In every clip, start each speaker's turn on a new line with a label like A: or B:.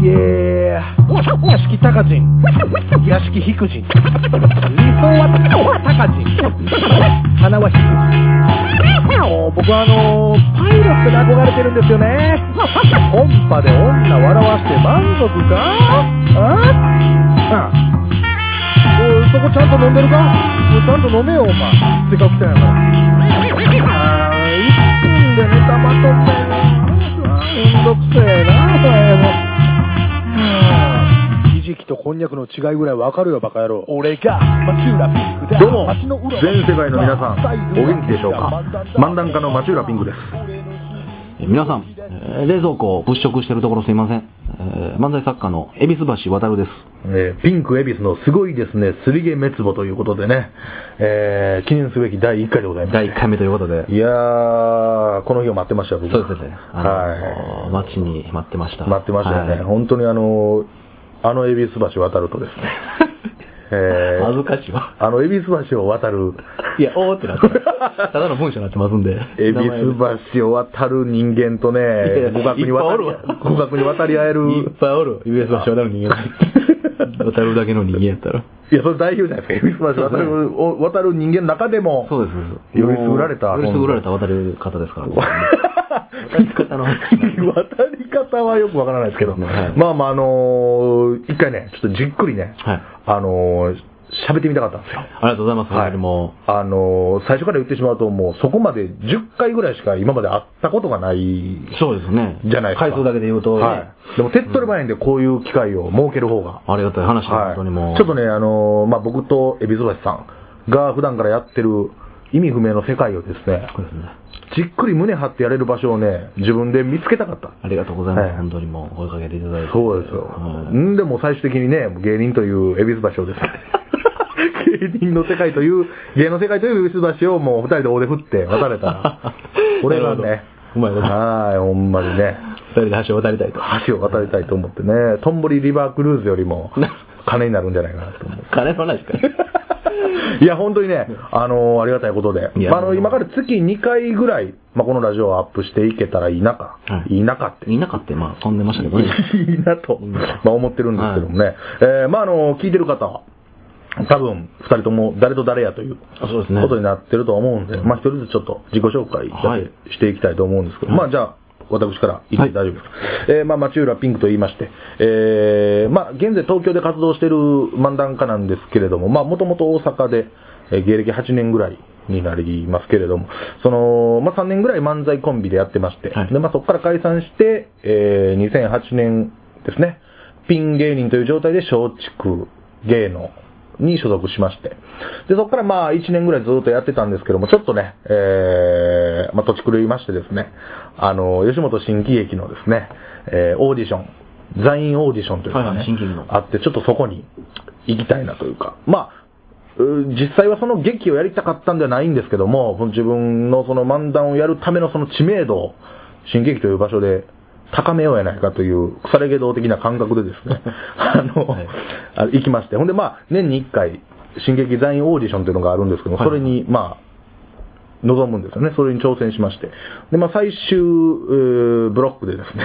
A: Yeah. 屋敷高人。屋敷低人。理想は高人。花は低人。僕はあのーパイロットに憧れてるんですよね。コンパで女笑わして満足かああおいそこちゃんと飲んでるかおいちゃんと飲めよ、お前。せっかく来たんやから。あー一分で寝たまとんだよな。めんどくせえな、それも。はあひじきとこんにゃくの違いぐらいわかるよ、バカ野郎。俺が、町浦ピンクだ
B: どうも全世界の皆さんお元気でしょうか漫談家の町浦ピンクです
C: えー皆さん、えー冷蔵庫を物色してるところすいません。えー漫才作家の恵比寿橋渡るです。
B: えーピンクエビスのすごいですね、すり毛滅亡ということでね、えー記念すべき第1回でございます。
C: 第1回目ということで。
B: いやー、この日を待ってましたよ、僕。
C: そうですね。あの
B: は
C: 待ちに待ってました。
B: い。待ってましたよね。
C: はい
B: 本当にあの、あのエビス橋渡ると ですね、えー
C: 恥ずかしいわ。
B: あのエビス橋を渡る、
C: いや、おーってなってます。ただの文章になってますんで。
B: エビス橋を渡る人間とね、互角に渡り
C: いっぱいおるわ、
B: 互角に渡り合え
C: いっ
B: る、
C: ぱいおる。エビス橋渡る 人間。渡るだけの人間やったら。
B: いや、それ代表じゃないですか。エビス橋渡る、を渡る人間の中でも、
C: そうです。
B: より優れた
C: より優れた渡る方ですから ね。渡り方の話。
B: 渡り方はよくわからないですけど、
C: はい
B: まあまあ、あのー一回ね、ちょっとじっくりね、
C: はい
B: あのー喋ってみたかったんですよ。
C: ありがとうございます。
B: はい
C: 本当にも、
B: あのー最初から言ってしまうと、もうそこまで10回ぐらいしか今まで会ったことがないう
C: そうですね。
B: じゃないですか。
C: 回数だけで言うと、
B: はい。でも手っ取り早いんで、こういう機会を設ける方が。
C: ありがたい話で、
B: は
C: 本
B: い。
C: 当にもう。
B: ちょっとね、あのーまあ僕と海老蔵さんが普段からやってる意味不明の世界をですね、
C: そうですね。
B: じっくり胸張ってやれる場所をね、自分で見つけたかった。
C: ありがとうございます。
B: はい
C: 本当にもう、声かけていただいて。
B: そうですよ。
C: はい、
B: んでも最終的にね、芸人という恵比寿橋をですね。芸人の世界という、芸の世界という恵比寿橋をもう二人で大手振って渡れたら これが
C: なる
B: ね、
C: ほどうまいこと
B: はーい、ほんまにね、
C: 二人で橋を渡りたいと。
B: 橋を渡りたいと思ってね、トンボリリバークルーズより も金になるんじゃないかなと思う。
C: 金の話か。
B: いや、本当にね、あのーありがたいことで、
C: いや
B: まああの今から月2回ぐらい、まあ、このラジオをアップしていけたらいいなか、
C: はい
B: い、いなかって。
C: いなかったよまあ、飛んでましたけどね。
B: いいなと、まあ、思ってるんですけどもね。えーまあ、あの、聞いてる方は、多分、二人とも誰と誰やという
C: あそうですね
B: ことになってるとは思うんで、まあ、一人ずつちょっと自己紹介だけ
C: はい
B: していきたいと思うんですけど、
C: はい
B: まあ、じゃあ、私から言って大丈夫ですか。えーまあ、町浦ピンクと言いまして、えーまあ、現在東京で活動している漫談家なんですけれども、まあ、もともと大阪で、えー芸歴8年ぐらいになりますけれども、その、まあ、3年ぐらい漫才コンビでやってまして、
C: はい
B: で、まあ、そこから解散して、えー2008年ですね、ピン芸人という状態で松竹芸能に所属しまして、で、そこからまあ1年ぐらいずっとやってたんですけども、ちょっとね、えー、まあ、土地狂いましてですね、あの、吉本新喜劇のですね、えーオーディション、ザインオーディションというのが
C: はい
B: ね、
C: はい新喜劇の
B: あって、ちょっとそこに行きたいなというか、まあ、う実際はその劇をやりたかったんではないんですけども、その自分のその漫談をやるためのその知名度を、新劇という場所で高めようやないかという、腐れ下道的な感覚でです ね、あの、
C: はい
B: あ行きまして、ほんでまあ、年に1回、新劇ザインオーディションというのがあるんですけども、
C: はい
B: それにまあ、望むんですよね。それに挑戦しまして。で、まあ、最終、えーブロックでですね、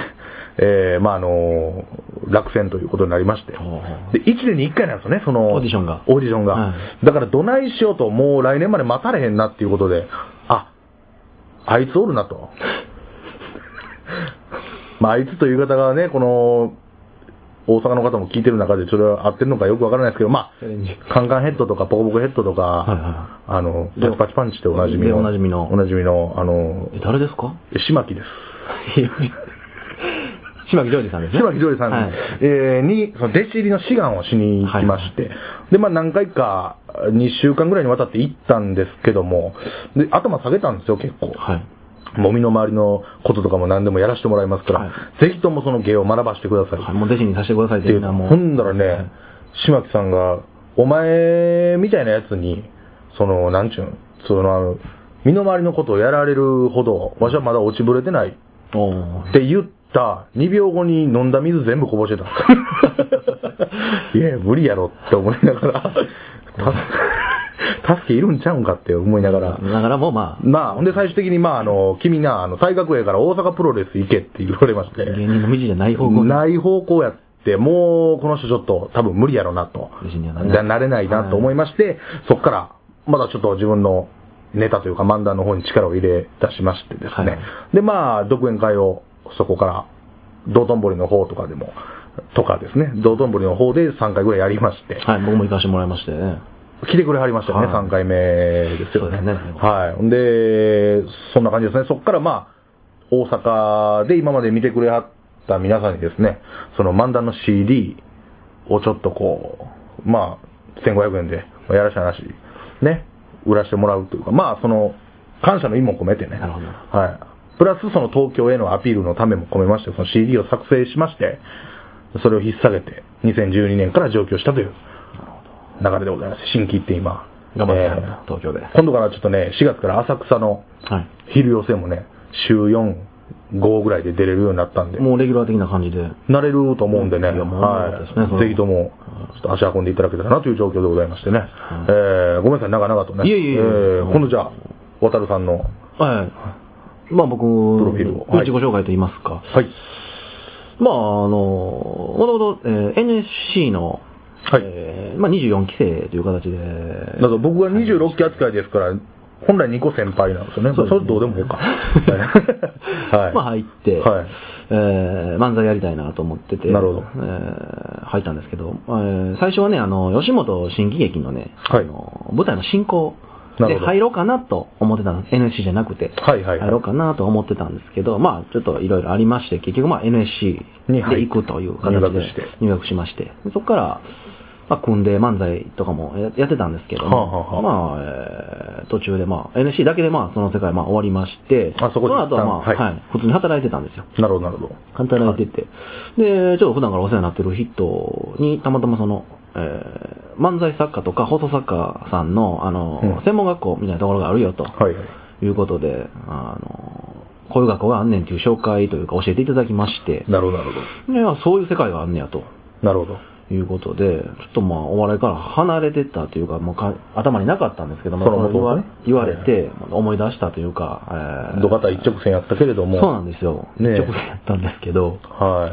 B: えーまあ、あのー落選ということになりまして。
C: ほうほう
B: で、1年に1回なんですよね、その、
C: オーディションが
B: オーディションが。
C: は
B: だから、どないしようと、もう来年まで待たれへんなっていうことで、あ、あいつおるなと。 まあ、あいつという方がね、この、大阪の方も聞いてる中で、それは合ってるのかよくわからないですけど、ま
C: チャレンジ
B: あ、カンカンヘッドとか、ポコポコヘッドとか、
C: はいは
B: あの、でパチパンチっておなじみ
C: で
B: の、
C: おなじみの
B: おなじみの、あの、
C: え誰ですか
B: 島木です。
C: 島木ジョージさんですね。
B: 島木ジョージさんに,、
C: はい
B: えーに、その弟子入りの志願をしに行きまして、で、まあ何回か、2週間ぐらいにわたって行ったんですけども、で、頭下げたんですよ、結構。
C: はい。
B: もみの周りのこととかも何でもやらせてもらいますから、
C: は
B: ぜひともその芸を学ばせてください。
C: はいもう弟子にさせてくださいっ
B: ってて
C: みんなもう。
B: ほんだらね、島木さんが、お前みたいなやつに、その、なんちゅうん、その、あの、身の回りのことをやられるほど、わしはまだ落ちぶれてないっ
C: おー
B: て言った2秒後に飲んだ水全部こぼしてた。いや、無理やろって思いながら、た助けいるんちゃうんかって思いながら、
C: だからもうまあ、
B: まあ、ほんで最終的に、まあ、あの、君な、あの、大学へから大阪プロレス行けって言われまして。
C: 芸人の道じゃない方向に。
B: ない方向やっって、もうこの人ちょっと多分無理やろなと。
C: 無事にはなれない
B: なれないなと思いまして、そこから、まだちょっと自分のネタというか漫談の方に力を入れ出しましてですね。
C: はい
B: で、まあ、独演会をそこから、道頓堀の方とかでも、とかですね、道頓堀の方で3回ぐらいやりまして、
C: はい、僕も行かせてもらいましてね。
B: 来てくれはりましたよね、
C: はい
B: 3回目ですよね。
C: そうですね
B: はい。で、そんな感じですね。そこからまあ、大阪で今まで見てくれはった皆さんにですね、その漫談の CD をちょっとこう、まあ、1500円で、やらしい話、ね、売らしてもらうというか、まあ、その、感謝の意も込めてね。
C: なるほど
B: はい。プラスその東京へのアピールのためも込めまして、その CD を作成しまして、それを引っ提げて、2012年から上京したという流れでございます。新規って今。
C: 頑張ってはる、
B: えー
C: 東京で。は
B: 今度からちょっとね、4月から浅草の昼寄せもね、週4、5ぐらいで出れるようになったんで
C: い。、もうレギュラー的な感じで。
B: 慣れると思うんでね、
C: いやもう
B: は、
C: そうですねそれはい
B: ぜひとも、ちょっと足運んでいただけたらなという状況でございましてね、えーごめんなさい、長々とね、
C: いえいえい
B: え
C: え
B: ー今度じゃあ、渡るさんの
C: はい。まあ僕、
B: ロフィールをはい
C: 自己紹介と言いますか。
B: はい。
C: まああの、もともと、えー NSC の、
B: はい
C: えーまあ24期生という形で。
B: だから僕が26期扱いですから、本来2個先輩なんですよね。そ
C: そうですね
B: れどうでもい いか。はい。
C: まあ入って、
B: はい
C: えー漫才やりたいなと思ってて、
B: なるほど
C: えー入ったんですけど、えー最初はね、あの、吉本新喜劇のね、
B: はい
C: あの舞台の進行
B: な
C: で
B: るほど
C: 入ろうかなと思ってたんです。NSC じゃなくて、
B: はいはいはい
C: 入ろうかなと思ってたんですけど、まあちょっといろいろありまして、結局まあ NSC
B: に入って
C: で行くという形で
B: 入学して
C: 入学しまして、でそこから、まあ、組んで漫才とかもややってたんですけども、
B: はあはあはあ
C: まあまあ、えー途中で、まあ、NSC だけで、まあ、その世界、まあ、終わりまして、
B: あそこで
C: の後は、まあ、は、
B: はいい
C: 普通に働いてたんですよ。
B: なるほど、なるほど。
C: 働いてて。で、ちょっと普段からお世話になってる人に、たまたまその、えー漫才作家とか放送作家さんの、あの、
B: うん
C: 専門学校みたいなところがあるよ、と
B: はいはい。
C: いうことで、あの、こういう学校があんねんという紹介というか教えていただきまして、
B: なるほど、なるほ
C: であそういう世界があんねや、と
B: ど。なるほど。
C: いうことで、ちょっとまあ、お笑いから離れてたというか、もうか頭になかったんですけども、
B: その元々ね
C: 言わ言われて、思い出したというか、えー
B: 土方一直線やったけれども。
C: そうなんですよ。
B: ねえ
C: 一直線やったんですけど、
B: は
C: はい
B: い。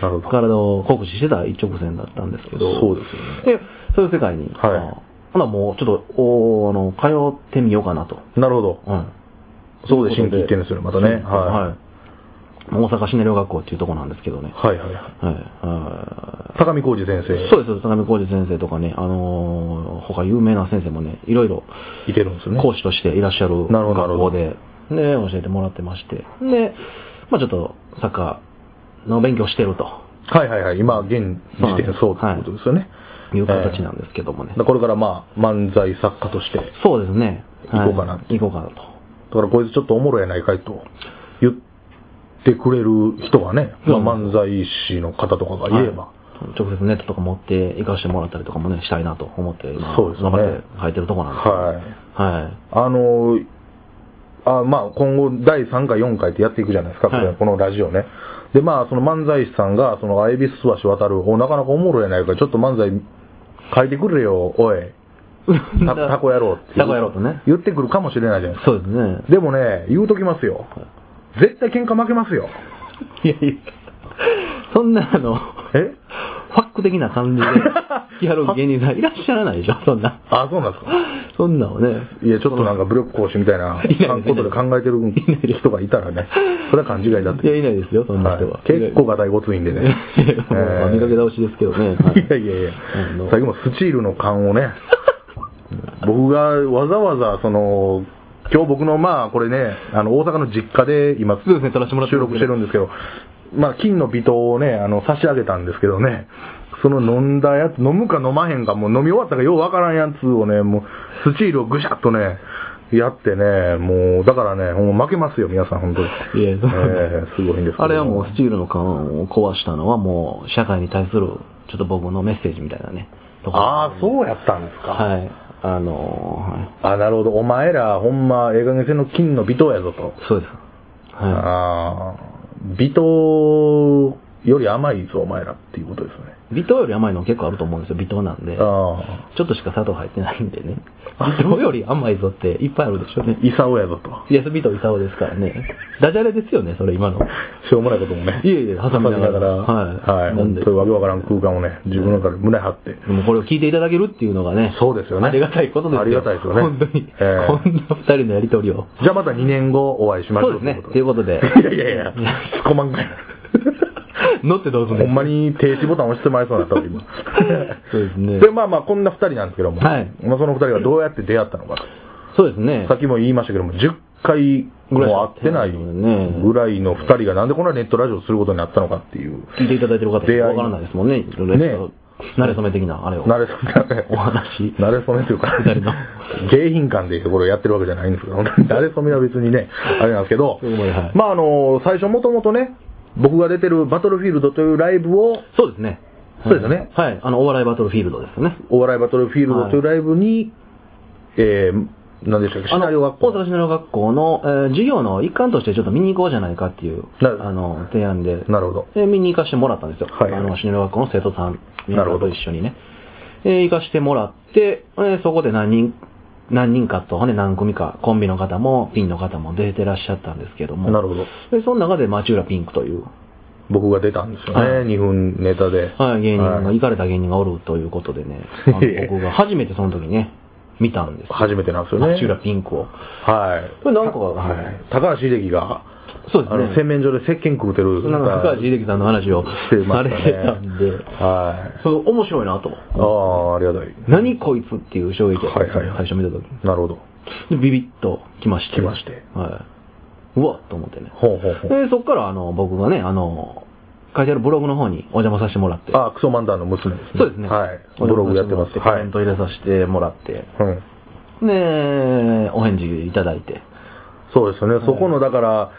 B: なるほど。
C: 体を酷使してた一直線だったんですけど、
B: そうですよね。
C: でそういう世界に、
B: はい
C: あほなもうちょっと、おあの、通ってみようかなと。
B: なるほど。
C: うん
B: そこで新規行ってるんですよね、またね。
C: そう
B: は
C: はい大阪シネ料学校っていうところなんですけどね。
B: い。はいはいはい。
C: はい。はい
B: 高見浩二先生。
C: そうですよ、高見浩二先生とかね、あのー他有名な先生もね、いろいろ
B: いてるんですよね。
C: 講師としていらっしゃる
B: なるほどな
C: 学
B: る
C: 校
B: ほど
C: で、で、教えてもらってまして、で、まあちょっとサッカーの勉強してると
B: はいはいはい。今、現時点そうということですよね。
C: いう形なんですけどもね
B: だ。からこれからまあ、漫才作家として、だ
C: そうですね。はい
B: 行こうかな
C: 行こうかなと。
B: からこいつちょっとおもろいやないかいと言ってくれる人がね、まあ
C: うん
B: 漫才師の方とかがいれば、
C: はい直接ネットとか持って行かせてもらったりとかもね、したいなと思って、今
B: そうですね
C: 頑張って入ってるところなんですけど
B: はい。
C: はい。
B: あのーあまあ、今後、第3回、4回ってやっていくじゃないですか、これ
C: はい
B: このラジオね。で、まあ、その漫才師さんが、その、アイビス橋渡る、お、なかなかおもろいやないか、ちょっと漫才書いてくれよ、お い。たタコ野郎っていう。
C: タコ野郎とね
B: 言ってくるかもしれないじゃないですか。
C: そうですね。
B: でもね、言うときますよ。絶対喧嘩負けますよ。
C: いやいや、そんなあの、
B: え
C: ファック的な感 じでやる芸人さんいらっしゃらないでしょ、そんな。
B: あ、そうなんですか。
C: そんなのね。
B: いや、ちょっとなんか武力行使みたいない
C: ないです
B: ことで考えてる人がいたらね、それは勘違いだって。
C: いや、いないですよ、そんな人は。
B: はい結構が大ごついんでね。
C: いやいやまあまあ見かけ倒しですけどね。はい
B: いやいやいや
C: あの、
B: 最後のスチールの勘をね、 僕がわざわざ、その、今日僕の、まあ、これね、あの、大阪の実家で今、
C: そうですね撮らせてもらって
B: 収
C: ますね
B: 録してるんですけど、まあ、金の微糖をね、あの、差し上げたんですけどね、その飲んだやつ、飲むか飲まへんか、もう飲み終わったかようわからんやつをね、もう、スチールをぐしゃっとね、やってね、もう、だからね、もう負けますよ、皆さん、本当に。
C: いやそんな
B: ええすごいんですけど
C: あれはもうスチールの缶を壊したのはもう社会に対するちょっと僕のメッセージみたいなね。とこ
B: ああ、そうやったんですか。
C: はい。あのーはい
B: あ、なるほど。お前ら、ほんま、ええ加減せの金の微糖やぞと。
C: そうです。は
B: ああ、微糖より甘いぞ、お前らっていうことですね。
C: 微糖より甘いの結構あると思うんですよ、微糖なんで。
B: あ
C: ちょっとしか砂糖入ってないんでね。微糖より甘いぞっていっぱいあるでしょ
B: あ。イサオやぞと。
C: イエスビートイサオですからね。ダジャレですよね、それ今の。
B: しょうもないこともね。
C: いえいえ挟みながら
B: はい。
C: は
B: は
C: い
B: い。
C: なん
B: 本
C: で
B: 当にわけわからん空間をね、自分の中で胸張って。
C: でもこれを聞いていただけるっていうのがね。
B: そうですよね。
C: ありがたいことですよ。
B: ありがたいですよね。
C: 本当に。
B: ええ
C: こんな二人のやりとりを。
B: じゃあまた2年後お会いしまし
C: そ
B: ょう
C: うですね。
B: と
C: とい
B: いううこ
C: ことで。
B: とで。いやい やいや、突っ込まんかいな。
C: 乗ってどうすん
B: ほ
C: ね
B: んまに停止ボタン押してまいそうになったわ、今。
C: そうですね
B: で、まあまあ、こんな2人なんですけども、
C: はい
B: まあ、その2人がどうやって出会ったのかと。
C: そうですね
B: さ。っきも言いましたけども、10回
C: ぐらいし
B: も
C: か
B: 会ってないぐらいの2人がなんでこんなネットラジオをすることになったのかっていう。
C: 聞いていただいてる方
B: 出会い
C: わからないですもんね。いろいろ
B: ね
C: 慣れ初め的な、あれを。
B: 慣れそめ、
C: お話
B: 慣れそめというか
C: 二人の、
B: 迎賓館でいうところをやってるわけじゃないんですけど、慣れそめは別にね、あれなんですけど
C: そうですはい、
B: まああの、最初もともとね、僕が出てるバトルフィールドというライブを、
C: そうですね。
B: そうですよね
C: はい。あの、お笑いバトルフィールドですよね。
B: お笑いバトルフィールドというライブに、えー、何でしたっけ、シ
C: あの
B: ナリオ学
C: 大阪
B: 校。
C: 市の学校の、えー授業の一環としてちょっと見に行こうじゃないかっていう、
B: なる
C: あの、提案で。
B: なるほど。
C: で、見に行かしてもらったんですよ。
B: はい
C: あの、シネロ学校の生徒さん、皆
B: な
C: さ
B: る
C: ん
B: ほ
C: と
B: ど
C: 一緒にね。えー行かしてもらって、えーそこで何人、何人かと、ほんで何組か、コンビの方も、ピンの方も出てらっしゃったんですけども。
B: なるほど。
C: で、その中で、町浦ピンクという、
B: 僕が出たんですよね、
C: はい
B: 2分ネタで。
C: はい、芸人が、
B: はい
C: 行かれた芸人がおるということで ね、あの僕が初めてその時ね、見たんですよ。
B: 初めてなんですよね。
C: 町浦ピンクを。
B: はい。
C: これなんか、
B: はい、高橋秀樹が、
C: そうです
B: あ
C: ね。
B: の、洗面所で石鹸食うてる。
C: なんか高橋秀樹さんの話を
B: して
C: さ
B: ま
C: れ
B: したね
C: てたんで、
B: はい。
C: そう、面白いなと。
B: ああ、ありがたい。
C: 何こいつっていう衝撃を
B: はいはいはい
C: 最初見た時
B: なるほど。
C: で、ビビッと来まして。
B: 来まして
C: はい。うわっと思ってね。
B: ほうほうほう。
C: で、そっからあの、僕がね、あの、書いてあるブログの方にお邪魔させてもらって。
B: ああ、クソ漫談の娘ですね。
C: そうですね。
B: はい。
C: お
B: ブ
C: 邪
B: ロ
C: 魔
B: グ
C: さ
B: やっ
C: せ
B: て
C: も
B: ま
C: ら
B: す。
C: コ
B: は
C: メ
B: い。
C: ント入れさせてもらって。
B: うん。
C: で、お返事いただいて。
B: そうですよね。そこの、だから、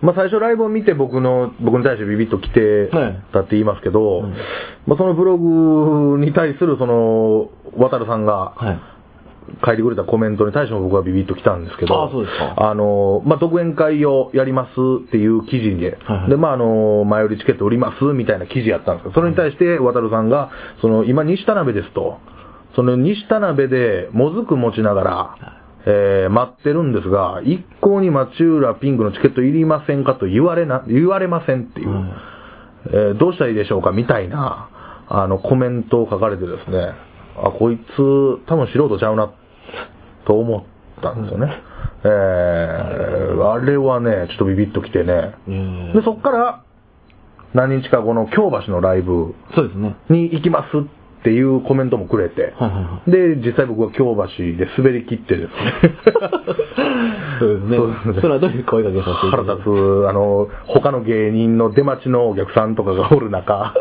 B: まあ最初ライブを見て僕の、僕に対してビビッと来て
C: はい
B: たって言いますけど、
C: うん
B: まあそのブログに対するその、渡るさんが、
C: はい。
B: 書いてくれたコメントに対しても僕はビビッと来たんですけど、
C: あそうですか
B: あの、まあ、独演会をやりますっていう記事で、
C: はいはい
B: で、まあ、あの、前売りチケット売りますみたいな記事やったんですけど、それに対して渡るさんが、その、今西田鍋ですと、その西田鍋でもずく持ちながら、えー、待ってるんですが、一向に町浦ピンクのチケットいりませんかと言われな、言われませんっていう、
C: うん
B: えーどうしたらいいでしょうかみたいな、あの、コメントを書かれてですね、あ、こいつ、多分素人ちゃうな、と思ったんですよね。えー、あれはね、ちょっとビビッときてね。
C: え
B: で、そっから、何日か後の京橋のライブ
C: そうですね。
B: に行きますっていうコメントもくれて、
C: はいはいは
B: で、実際僕は京橋で滑り切ってですね、
C: い。そうですね。その後に声かけさせていた
B: 腹
C: だいて。
B: 立つ、あの、他の芸人の出待ちのお客さんとかがおる中、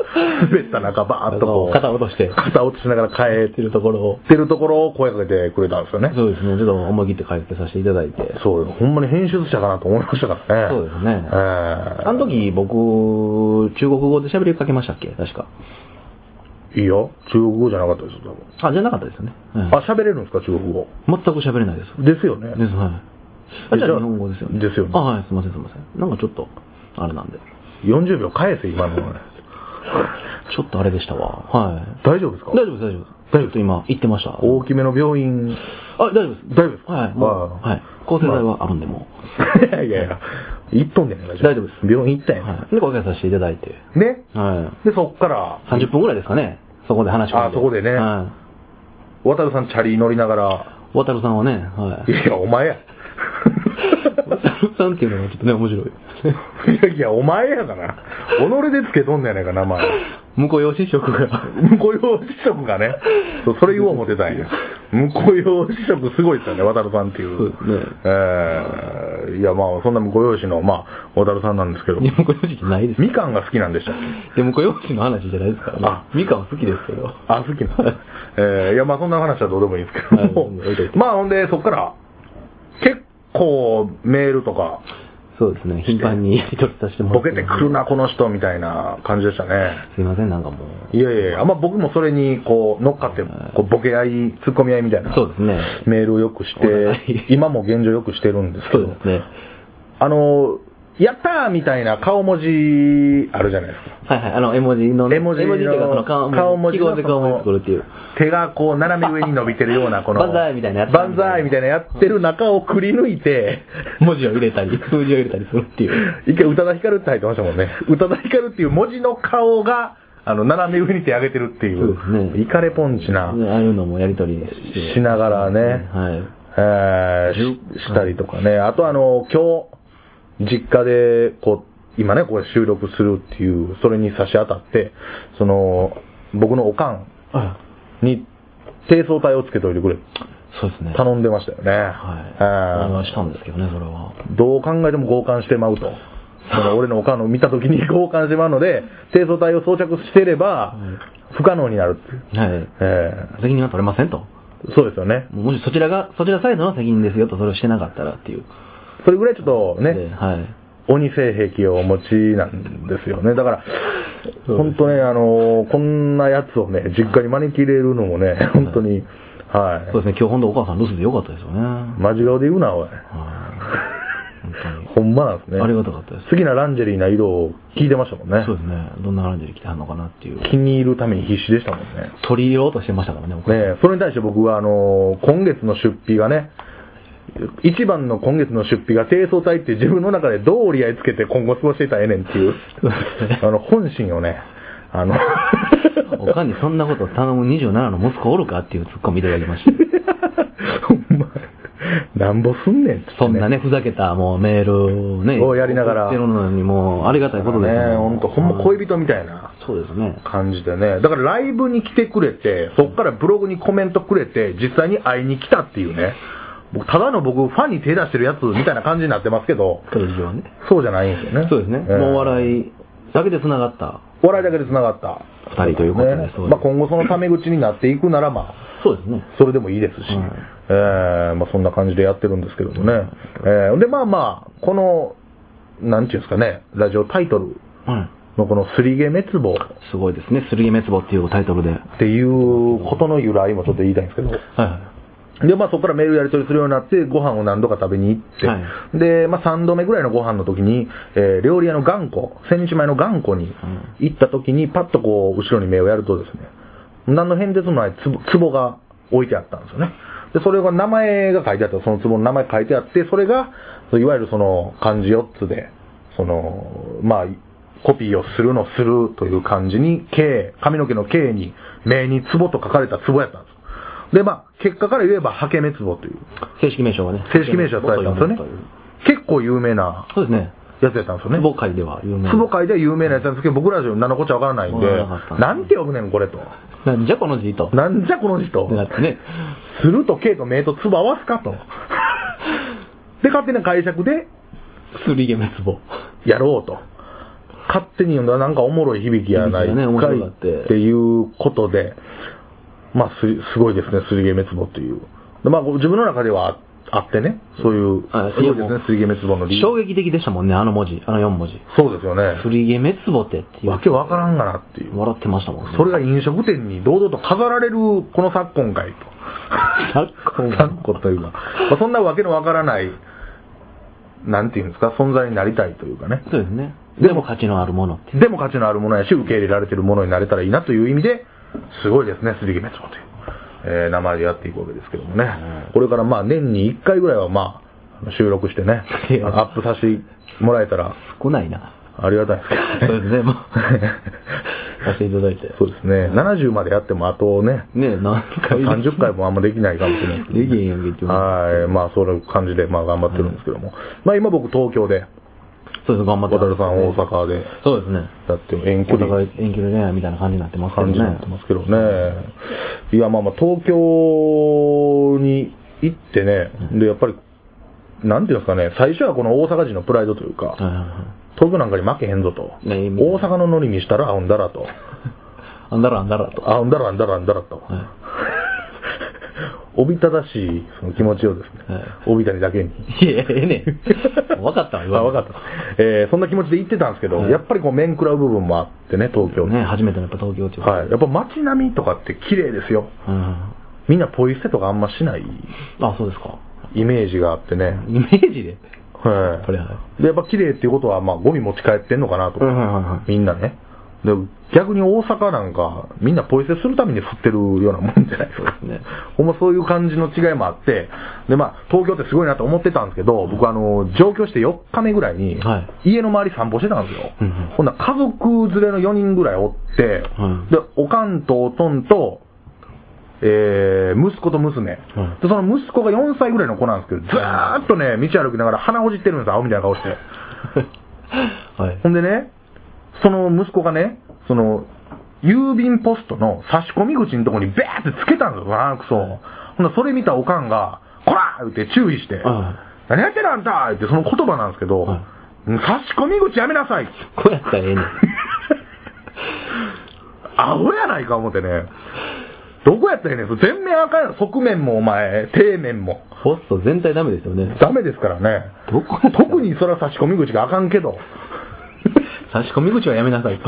B: 滑った中、バーっとこう、
C: 肩を落 として、
B: 肩落ちしながら帰
C: 言ってるところを。
B: ってるところを声かけてくれたんですよね。
C: そうですね。ちょっと思い切って回復させていただいて。
B: そうほんまに編集者かなと思いましたからね。
C: そうですね
B: ええ
C: あの時僕、中国語で喋りかけましたっけ確か。
B: いいよ。中国語じゃなかったですよ、多分。
C: あ、じゃなかったですよね。うん
B: あ、喋れるんですか、中国語。
C: 全く喋れないです。
B: ですよね。
C: です、はい。あ、
B: え
C: じゃ
B: じゃ
C: あ
B: あ
C: 日本語ですよね。
B: ですよね
C: あ、はい、すいません、すいません。なんかちょっと、あれなんで。
B: 40秒返せ、今のね。
C: ちょっとあれでしたわ。はい。
B: 大丈夫ですか
C: 大丈夫です、大丈夫です。
B: 大丈夫です
C: ちょっと今、言ってました。あ、
B: 大きめの病院。
C: 大丈夫です。
B: 大丈夫ですか
C: はい、もう
B: ああ
C: はい。抗生剤はあるんで、も
B: い やいやいや、行っとんねんから
C: 大丈夫です
B: 病院行ったん
C: う。
B: や
C: はい。で、ご挨拶させていただいて。
B: ん。ね。
C: は
B: で、そっから
C: い。、30分ぐらいですかね。そこで話し込ん
B: あそこでね
C: は
B: 渡るさんチャリ乗りながら、
C: い。渡るさんはね、はい
B: い。や、お前や。
C: 渡るさんっていうのがちょっとね、面白い。
B: いやいや、お前やから。己でつけとんねやないか、名前。
C: 向養子職 が。
B: 婿養子職がね、そうそれ言おう思ってたんや。婿養子職すごいですよね、渡るさんっていう。
C: そうですね
B: えーいや、まあ、そんな婿養子の、まあ、渡るさんなんですけど
C: い、や向養子じゃないです。
B: みかんが好きなんでしたっけ
C: でも、これ、子の話じゃないですからね。
B: あ
C: みかんは好きですけど。
B: あ、好きなんだ。えーいや、まあ、そんな話はどうでもいいんですけども
C: はい置いとい、て
B: まあ、ほんで、そっから、結構メールとか、
C: そうですね。頻繁にやり取りさせても
B: ボ
C: らって。
B: ケてくるな、この人、みたいな感じでしたね。
C: すいません、なんかもう。
B: いやいやいや、まあ僕もそれにこう乗っかって、こうボケ合い、突っ込み合いみたいな。
C: そうですね
B: メールをよくし
C: お互い
B: て、今も現状よくしてるんですけ
C: そう
B: ど。
C: ですね。
B: あの、やったーみたいな顔文字あるじゃないですか。
C: はいはい、あの、絵文字のね、
B: 絵文字
C: 絵
B: の
C: 文字っていうか、その顔
B: 顔文字
C: 記
B: の
C: 号で顔文字作るっていう。
B: 手がこう斜め上に伸びてるよう な、この。
C: バンザーイみたいなやつ
B: バンザーイみたいなやってる中をくり抜いて、
C: 文字を入れたり、数字を入れたりするっていう。
B: 一回宇多田ヒカルって入ってましたもんね。宇多田ヒカルっていう文字の顔が、あの、斜め上に手上げてるってい
C: そう
B: う。
C: ですね
B: イカレポンチな、
C: ねああいうのもやりとりして
B: しながらね、
C: はい。
B: えーししたりとかね。あとあの、今日、実家で、こう、今ね、これ収録するっていう、それに差し当たって、その、僕のおかん
C: あ
B: に、低層体をつけておいてくれ。
C: そうですね。
B: 頼んでましたよね。
C: はい。
B: え
C: お
B: ー
C: 願いしたんですけどね、それは。
B: どう考えても強姦してまうと。その俺のおかんの見た時に 強姦してまうので、低層体を装着してれば、不可能になるっていう。
C: はい。
B: え
C: 責任は取れませんと。
B: ーそうですよね。
C: もしそちらが、そちらサイドの責任ですよと、それをしてなかったらっていう。
B: それぐらいちょっとね、
C: ではい。
B: 鬼性癖をお持ちなんですよね。だから、
C: そうです
B: 本当ね、あのーこんなやつをね、実家に招き入れるのもね、本当に、はい。
C: そうですね、今日本当お母さん留守でよかったですよね。はい。
B: マジ顔で言うな、おい。
C: 本当に。
B: ほんまなん ですね。
C: ありがたかったです。
B: 好きなランジェリーな色を聞いてましたもんね
C: そう。ですね。どんな感じで来てはんのかなっていう。
B: 気に入るために必死でしたもんね。
C: 取り入れようとしてましたからね、僕。
B: ねえそれに対して僕は、あのー今月の出費がね、一番の今月の出費が低層体って自分の中でどう折り合いつけて今後過ごしていったらええねんっていう、あの、本心をね、あの、
C: おかんにそんなこと頼む27の息子おるかっていうツッコミでや りました。
B: ほんま、なんぼすんねんっつって、
C: そんなね、ふざけたもうメールをね、
B: をやりながら
C: 送ってるのにもうありがたいことです
B: ね。ほんと、ほんま
C: 人。
B: 恋人みたいな
C: そうですね。
B: 感じでね。だからライブに来てくれて、そっからブログにコメントくれて、実際に会いに来たっていうね。僕、ただの僕、ファンに手出してるやつみたいな感じになってますけど、
C: それ以上はね。
B: そうじゃないんですよね。
C: そうですね。
B: ええ
C: もう笑いだけで繋がった。
B: 笑いだけで繋がった。
C: 二人ということで
B: ね
C: そういう
B: まあ今後そのタメ口になっていくならまあ、
C: そうですね。
B: それでもいいですし、
C: うん
B: えーまあそんな感じでやってるんですけどもね。えーでまあまあ、この、なんていうんですかね、ラジオタイトル
C: はい。
B: のこのすりげ滅亡っ
C: すごいですね。すりげ滅亡っていうタイトルで。はい
B: ていうことの由来もちょっと言いたいんですけど、
C: は
B: で、まあそこからメールやり取りするようになって、ご飯を何度か食べに行って、
C: は
B: で、まあ3度目ぐらいのご飯の時に、えー料理屋の頑固、千日前の頑固に行った時に、パッとこう、後ろに目をやるとですね、何の変哲もない壺壺が置いてあったんですよね。で、それが名前が書いてあった、その壺の名前書いてあって、それが、そういわゆるその漢字4つで、その、まあ、コピーをするのするという漢字に、K、髪の毛の K に、名に壺と書かれた壺やったんです。で、まあ、結果から言えば、ハケメツボという、
C: い。正式名称はね。
B: 正式名称は伝えたんですよね
C: 元々という。
B: 結構有名な
C: そうですね。
B: やつやったんですよね。
C: 壺界では有名な。
B: 壺界では有名なやつなんですけど、僕らじゃ何のこっちゃわからないんで
C: わからなかった、んです
B: なんて呼ぶねん、これと。
C: なんじゃこの字と。
B: なんじゃこの字と。
C: だってね。
B: すると K と名と壺合わす かと。で、勝手な解釈で、
C: すりげ滅亡。
B: やろうと。勝手に読んだらなんかおもろい響きやない
C: 響きがね面
B: かい
C: 白か
B: っ
C: って
B: ていうことで、まあす、すごいですね、すりげ滅亡という。でまあ、自分の中ではああってね、そういう、す
C: はい
B: ごいですね、すりげ滅亡の理
C: 衝
B: 由。
C: 撃的でしたもんね、あの文字。あの4文字。
B: そうですよね。
C: すりげ滅亡ってっていう。
B: わけわからんがなっていう。
C: 笑ってましたもんね。
B: それが飲食店に堂々と飾られる、この昨今回と。
C: 昨今は
B: 昨今というか、まあ、そんなわけのわからない、なんていうんですか、存在になりたいというかね。
C: そうですね。
B: でも
C: でも価値のあるものって。
B: でも価値のあるものやし、受け入れられてるものになれたらいいなという意味で、すごいですね、すりげ滅亡という、えー名前でやっていくわけですけどもね。これからまあ年に1回ぐらいはまあ、収録してね、
C: いや
B: あのアップさせてもらえたら
C: 少ないな。
B: ありがたいですけ
C: そ
B: ど
C: う
B: ね。
C: ですね、もう。させていただいて。
B: そうですね。70までやってもあとね、
C: ねえ、何回
B: 30回もあんまできないかもしれないですけど、
C: できへんやんけ、結局
B: はい。まあ、そういう感じで、まあ、頑張ってるんですけども。まあ、今僕、東京で、
C: そうです、頑張って
B: 渡
C: ます。
B: るさん大阪で、
C: そうですね。
B: だって遠距
C: お
B: 離
C: 互い遠距離恋愛みたいな感じになってますけど
B: 感じにな
C: ね
B: って。ますけどね。いや、まあまあ、東京に行ってね、で、やっぱり、なんていうんですかね、最初はこの大阪人のプライドというか、
C: はいはいはい
B: 東京なんかに負けへんぞと。
C: ねえ
B: 大阪のノリにしたら、あうんだらと。
C: あんだらあんだらと。
B: あうんだらあんだらあんだらと。
C: は
B: おびただしいその気持ちをですね、帯谷だけに。
C: いいや、え えねん。わかったわ、
B: あ、わかった。えーそんな気持ちで行ってたんですけど、
C: はい
B: やっぱりこう面食らう部分もあってね、東京
C: ね、初めてのやっぱ東京っていうか。
B: はい。やっぱ街並みとかって綺麗ですよ。
C: うん。
B: みんなポイ捨てとかあんましない
C: あ、そうですか。
B: イメージがあってね。
C: イメージで。
B: はい
C: これは。
B: で、やっぱ綺麗っていうことは、まあ、ゴミ持ち帰ってんのかなと
C: う
B: か、
C: んはいはいはい
B: みんなね。で、逆に大阪なんか、みんなポイ捨てするために吸ってるようなもんじゃないですか。
C: そうですね
B: ほんまそういう感じの違いもあって、で、まあ、東京ってすごいなと思ってたんですけど、僕あの、上京して4日目ぐらいに、
C: は
B: 家の周り散歩してたんですよ。
C: うんうん
B: ほんなら家族連れの4人ぐらいおって、
C: はい
B: で、おかんとおとんと、えー、息子と娘、
C: はい
B: で、その息子が4歳ぐらいの子なんですけど、ずーっとね、道歩きながら鼻ほじってるんですよ、青みたいな顔して。
C: はい
B: ほ。んでね、その息子がね、その、郵便ポストの差し込み口のとこにベーってつけたんですよ、鼻くそ。ほんで、それ見たおかんが、こらーって注意して、
C: あ
B: 何やってんのあんたってその言葉なんですけど、
C: は
B: 差し込み口やめなさいって
C: あ。こうやったらええねん。
B: アホやないか思ってね。どこやったらええねん。全面あかんやろ。側面もお前、底面も。
C: ホスト全体ダメですよね。
B: ダメですからね。
C: どこやった
B: 特にそら差し込み口があかんけど。
C: 差し込み口はやめなさいと。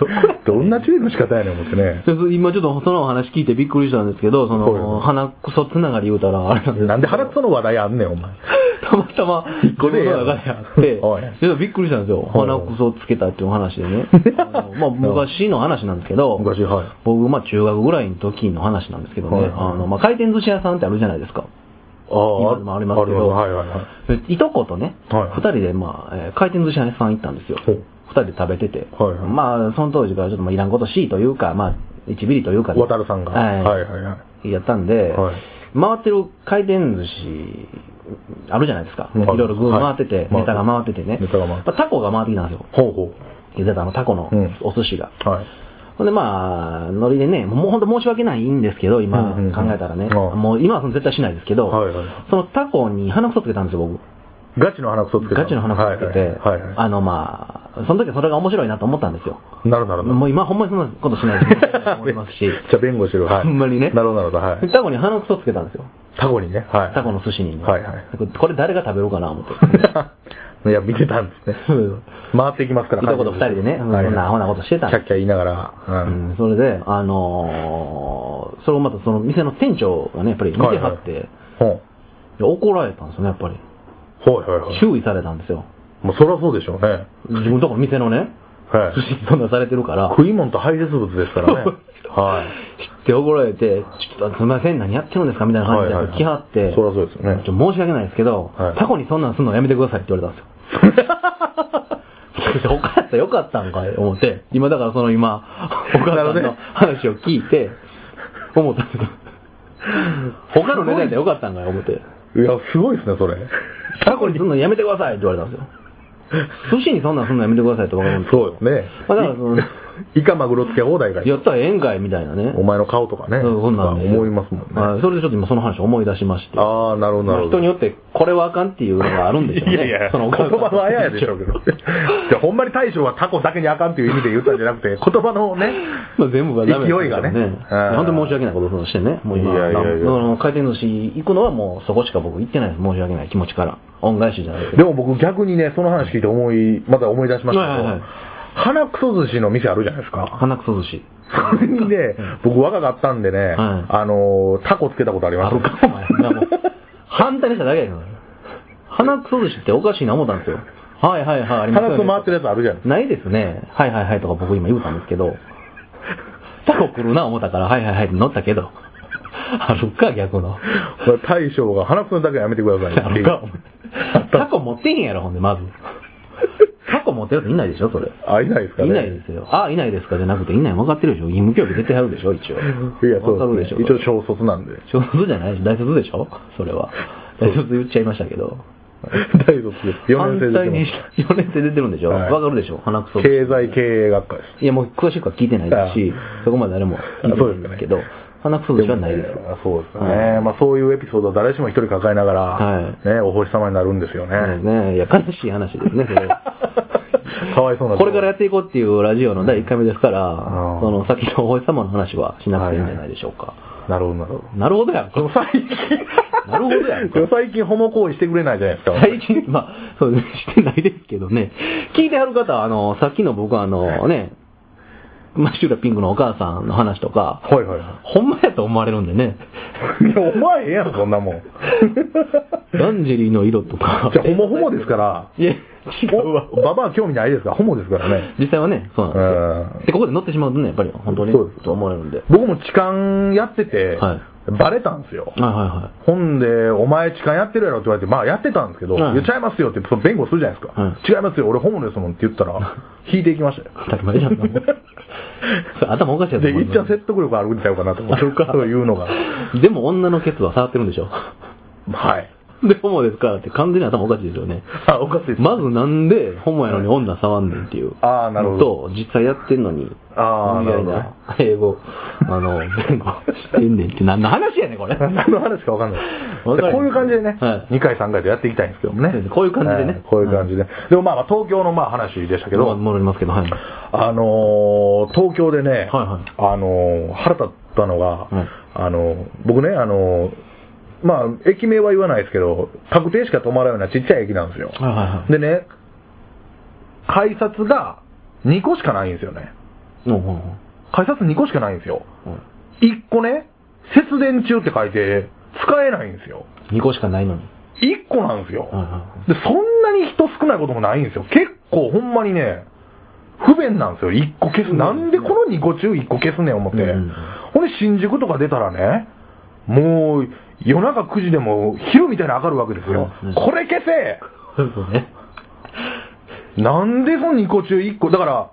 C: どこやっ た
B: どんな注意の仕方やねん思ってね。
C: そうそう今ちょっとそのお話聞いてびっくりしたんですけど、そ
B: そうよ
C: の、鼻くそつながり言うたら、あれなんですけど
B: なんで腹くその話題あんねん、お前。
C: たまたま、この中であって
B: おい、
C: ちょっとびっくりしたんですよ。
B: ほう
C: 鼻くそつけたっていう話で ね。あのまあ、昔の話なんですけど、
B: 昔はい
C: 僕、まあ、中学ぐらいの時の話なんですけど
B: はい
C: ね、
B: はい
C: あの、まあ、回転寿司屋さんってあるじゃないですか。
B: ああ
C: 今でもありますけど
B: はいはいはい。
C: でいとことね、
B: はい
C: 二人で、まあ、えー回転寿司屋さん行ったんですよ。
B: ほ
C: 二
B: う
C: 人で食べてて、
B: はいはい
C: まあ、その当時からちょっとまあいらんことしいというか、まあ、1ビリというかね、
B: 渡るさんが。
C: は
B: はい
C: い
B: はいはい。
C: やったんで、
B: はい
C: 回ってる回転寿司、あるじゃないですか。
B: はい
C: いろいろ具回ってて、
B: はい
C: ネタが回っててね。
B: ネタが回って
C: まあタコが回ってきたんですよ。
B: ほうほ
C: ゆでたのタコの
B: うん
C: お寿司が。
B: う。はい。
C: ほんでまあ、海苔でね、もう本当申し訳ないんですけど、今
B: うんうんうん
C: 考えたらね。
B: うん
C: もう今はその絶対しないですけど、
B: はいはい
C: そのタコに鼻くそつけたんですよ、僕。
B: ガチの鼻くそつけて
C: ガチの鼻くそつけて、
B: はいはいは
C: あのまあ、その時はそれが面白いなと思ったんですよ。
B: い。なるなるなる。
C: もう今ほんまにそんなことしないで思いますし
B: めっ、ちゃ弁護してる。はい。
C: ほんまにね
B: なるほどなるほど。はい。
C: タコに鼻くそつけたんですよ。
B: タコにね。はい。
C: タコの寿司にね。
B: はいはい。
C: これ誰が食べるかな、思って。
B: いや、見てたんですね。回っていきますから。
C: いとこと二人でね、うんそんなアホなことしてたん
B: キ
C: で
B: ャッキャ言いながら。
C: う
B: うん。
C: ん、それで、あのーそれをまたその店の店長がね、やっぱり見てはって、
B: はいはいほう。
C: いや怒られたんですよね、やっぱり。
B: ほうはいはい。
C: 注意されたんですよ。
B: もうそりゃそうでしょうね。
C: 自分のとこの店のね、
B: はい
C: 寿。司そんなされてるから、
B: 食い物と排泄物ですからね。はい。
C: 知って怒られて、ちょっとすみません、何やってるんですかみたいな感じで
B: はいはい
C: やっぱ来はって、
B: そりゃそうですよね
C: ちょっと申し訳ないですけど、
B: はい
C: タコにそんなんすんのやめてくださいって言われたんですよ。 よかった、よかったんかい、思って。今、だからその今、お母さんの話を聞いて、思ったんですよ。他の値段でよかったんかい、思って。
B: いや、すごいですね、 それ。
C: タコにそんなんやめてくださいって言われたんですよ。寿司にそんなんすんのやめてくださいって僕は思って。
B: そうよね。
C: まあだからその、
B: イカマグロつけ放題が
C: やったらええんかい、みたいなね。
B: お前の顔とかね。
C: そうそんなんで
B: 思いますもんね。
C: はいそれでちょっと今その話を思い出しまして。
B: ああ、なるほど、な
C: まあ
B: るほ
C: 人
B: ど。
C: によってこれはあかんっていうのがあるんでしょうね。
B: いやいや、
C: そのお
B: 言
C: 母さん
B: 葉のあややでしょうけ ど。じゃあほんまに大将はタコだけにあかんっていう意味で言ったんじゃなくて、言葉のね、
C: まあ全部がダメ
B: 勢いがねうん
C: 本当に申し訳ないことをしてね。もう今、
B: いやいやいや
C: その回転寿司行くのはもうそこしか僕行ってないです。申し訳ない気持ちから。恩返しじゃないけど。
B: でも僕逆にね、その話聞いて思い、また思い出しましたけど、
C: はいはいはい
B: 花くそ寿司の店あるじゃないですか。
C: 鼻くそ寿司。
B: それにね、僕若かったんでね、
C: はい
B: あのー、タコつけたことありま
C: あ
B: す
C: るか、お前。なもう反対にしただけやから。鼻くそ寿司っておかしいな思ったんですよ。はいはいはい、あります
B: 花く
C: よね
B: そ回ってるやつあるじゃないです
C: ないですね。はいはいはいとか僕今言うたんですけど、タコ来るな思ったから、はいはいはいって乗ったけど、あるか逆の。
B: か。大将が花くそだけはやめてください
C: あ
B: ってい
C: る
B: う
C: か タコ持ってへんやろ、ほんで、まず。タコ持ってる人いないでしょ、それ。
B: あ、いないですかね。
C: いないですよ。あ、いないですかじゃなくて、いない分かってるでしょ。義務教育絶対あるでしょ、一応。
B: いや、
C: 分か
B: そ
C: る
B: うで
C: ですしょ。
B: ね。一応小卒なんで。
C: 小卒じゃないし、大卒でしょそれは。大卒言っちゃいましたけど。
B: 大卒です。4年生
C: 反対に
B: です。
C: 4年生出てるんでしょ
B: はい
C: わかるでしょ鼻くそ。
B: 経済経営学科です。
C: いや、もう詳しくは聞いてないですし、そこまで誰も聞いてないんですけど、鼻くそ寿司はないです
B: で
C: よ。
B: もねそうですね。
C: はい
B: まあそういうエピソードは誰しも一人抱えながら、
C: は
B: ね、お星様になるんですよね。
C: そうですね。いや、悲しい話ですね、それ。
B: かわいそうな。
C: これからやっていこうっていうラジオの第1回目ですから
B: ん、
C: その先のお星様の話はしなくていいんじゃないでしょうか。
B: なるほど、なるほど。
C: なるほどやん
B: でも
C: か。
B: 最近、
C: なるほどやんか
B: でも最近ホモ行為してくれないじゃないですか。
C: 最近、まあ、そうしてないですけどね。聞いてはる方は、あの、さっきの僕はあの、ね、マッシュラピンクのお母さんの話とか、
B: はいはいはい。
C: ほんまやと思われるんでね。
B: いや、お前ええやん、そんなもん。
C: ランジェリーの色とか
B: じゃ。あ、ホモホモですから。
C: いや、違うわ。
B: ババア興味ないですから、ホモですからね。
C: 実際はね、そうなんですよ。で、ここで乗ってしまうとね、やっぱり本当に、
B: そうです
C: と思われるんで。はい
B: 僕も痴漢やってて、
C: は
B: バレたんですよ。
C: は
B: ほんで、お前痴漢やってるやろって言われて、まあやってたんですけど、
C: はい
B: 言っちゃいますよって、その弁護するじゃないですか。
C: はい
B: 違いますよ、俺ホモですもんって言った ら、引いていきましたよ
C: い。はい。当たり前じゃん。それ頭おかしいやつ
B: で、一応説得力あるんちゃうかなと思って、そういうのが。
C: でも女のケツは触ってるんでしょ。
B: はい。
C: で、ホモですからって完全に頭おかしいですよね。
B: あ、おかしいです。
C: まずなんで、ホモやのに女触んねんっていう。
B: あーなるほど
C: と、実際やってんのに、
B: あー
C: みたい
B: なる
C: な英語、あの、弁護してんねんって何の話やねん、これ。
B: 何の話かわかんない。
C: わかんない
B: でこういう感じでね、
C: はい
B: 2回3回とやっていきたいんですけども
C: そうで
B: ね。
C: すこういう感じでね
B: はこういう感じで。でもまあまあ東京のまあ話でしたけ
C: まあ
B: ど、
C: 戻りますけど、はい。
B: あのー東京でね、
C: はいはい
B: あのー腹立ったのが、
C: はい
B: あのー僕ね、あのーまあ、駅名は言わないですけど、確定しか止まらないようなちっちゃい駅なんですよ。
C: はいはいはい。
B: でね、改札が2個しかないんですよね。
C: うんうんうん
B: 改札2個しかないんですよ。
C: うん
B: 1個ね、節電中って書いて、使えないんですよ。
C: 2個しかないのに。
B: 1個なんですよ。
C: はいは
B: で、そんなに人少ないこともないんですよ。結構ほんまにね、不便なんですよ。1個消す。なんでこの2個中1個消すねん思って。
C: うん
B: ほんで新宿とか出たらね、もう夜中9時でも昼みたいに明るいわけですよ。
C: うんうん
B: これ消せ
C: い。そうですね。
B: なんでその2個中1個、だから、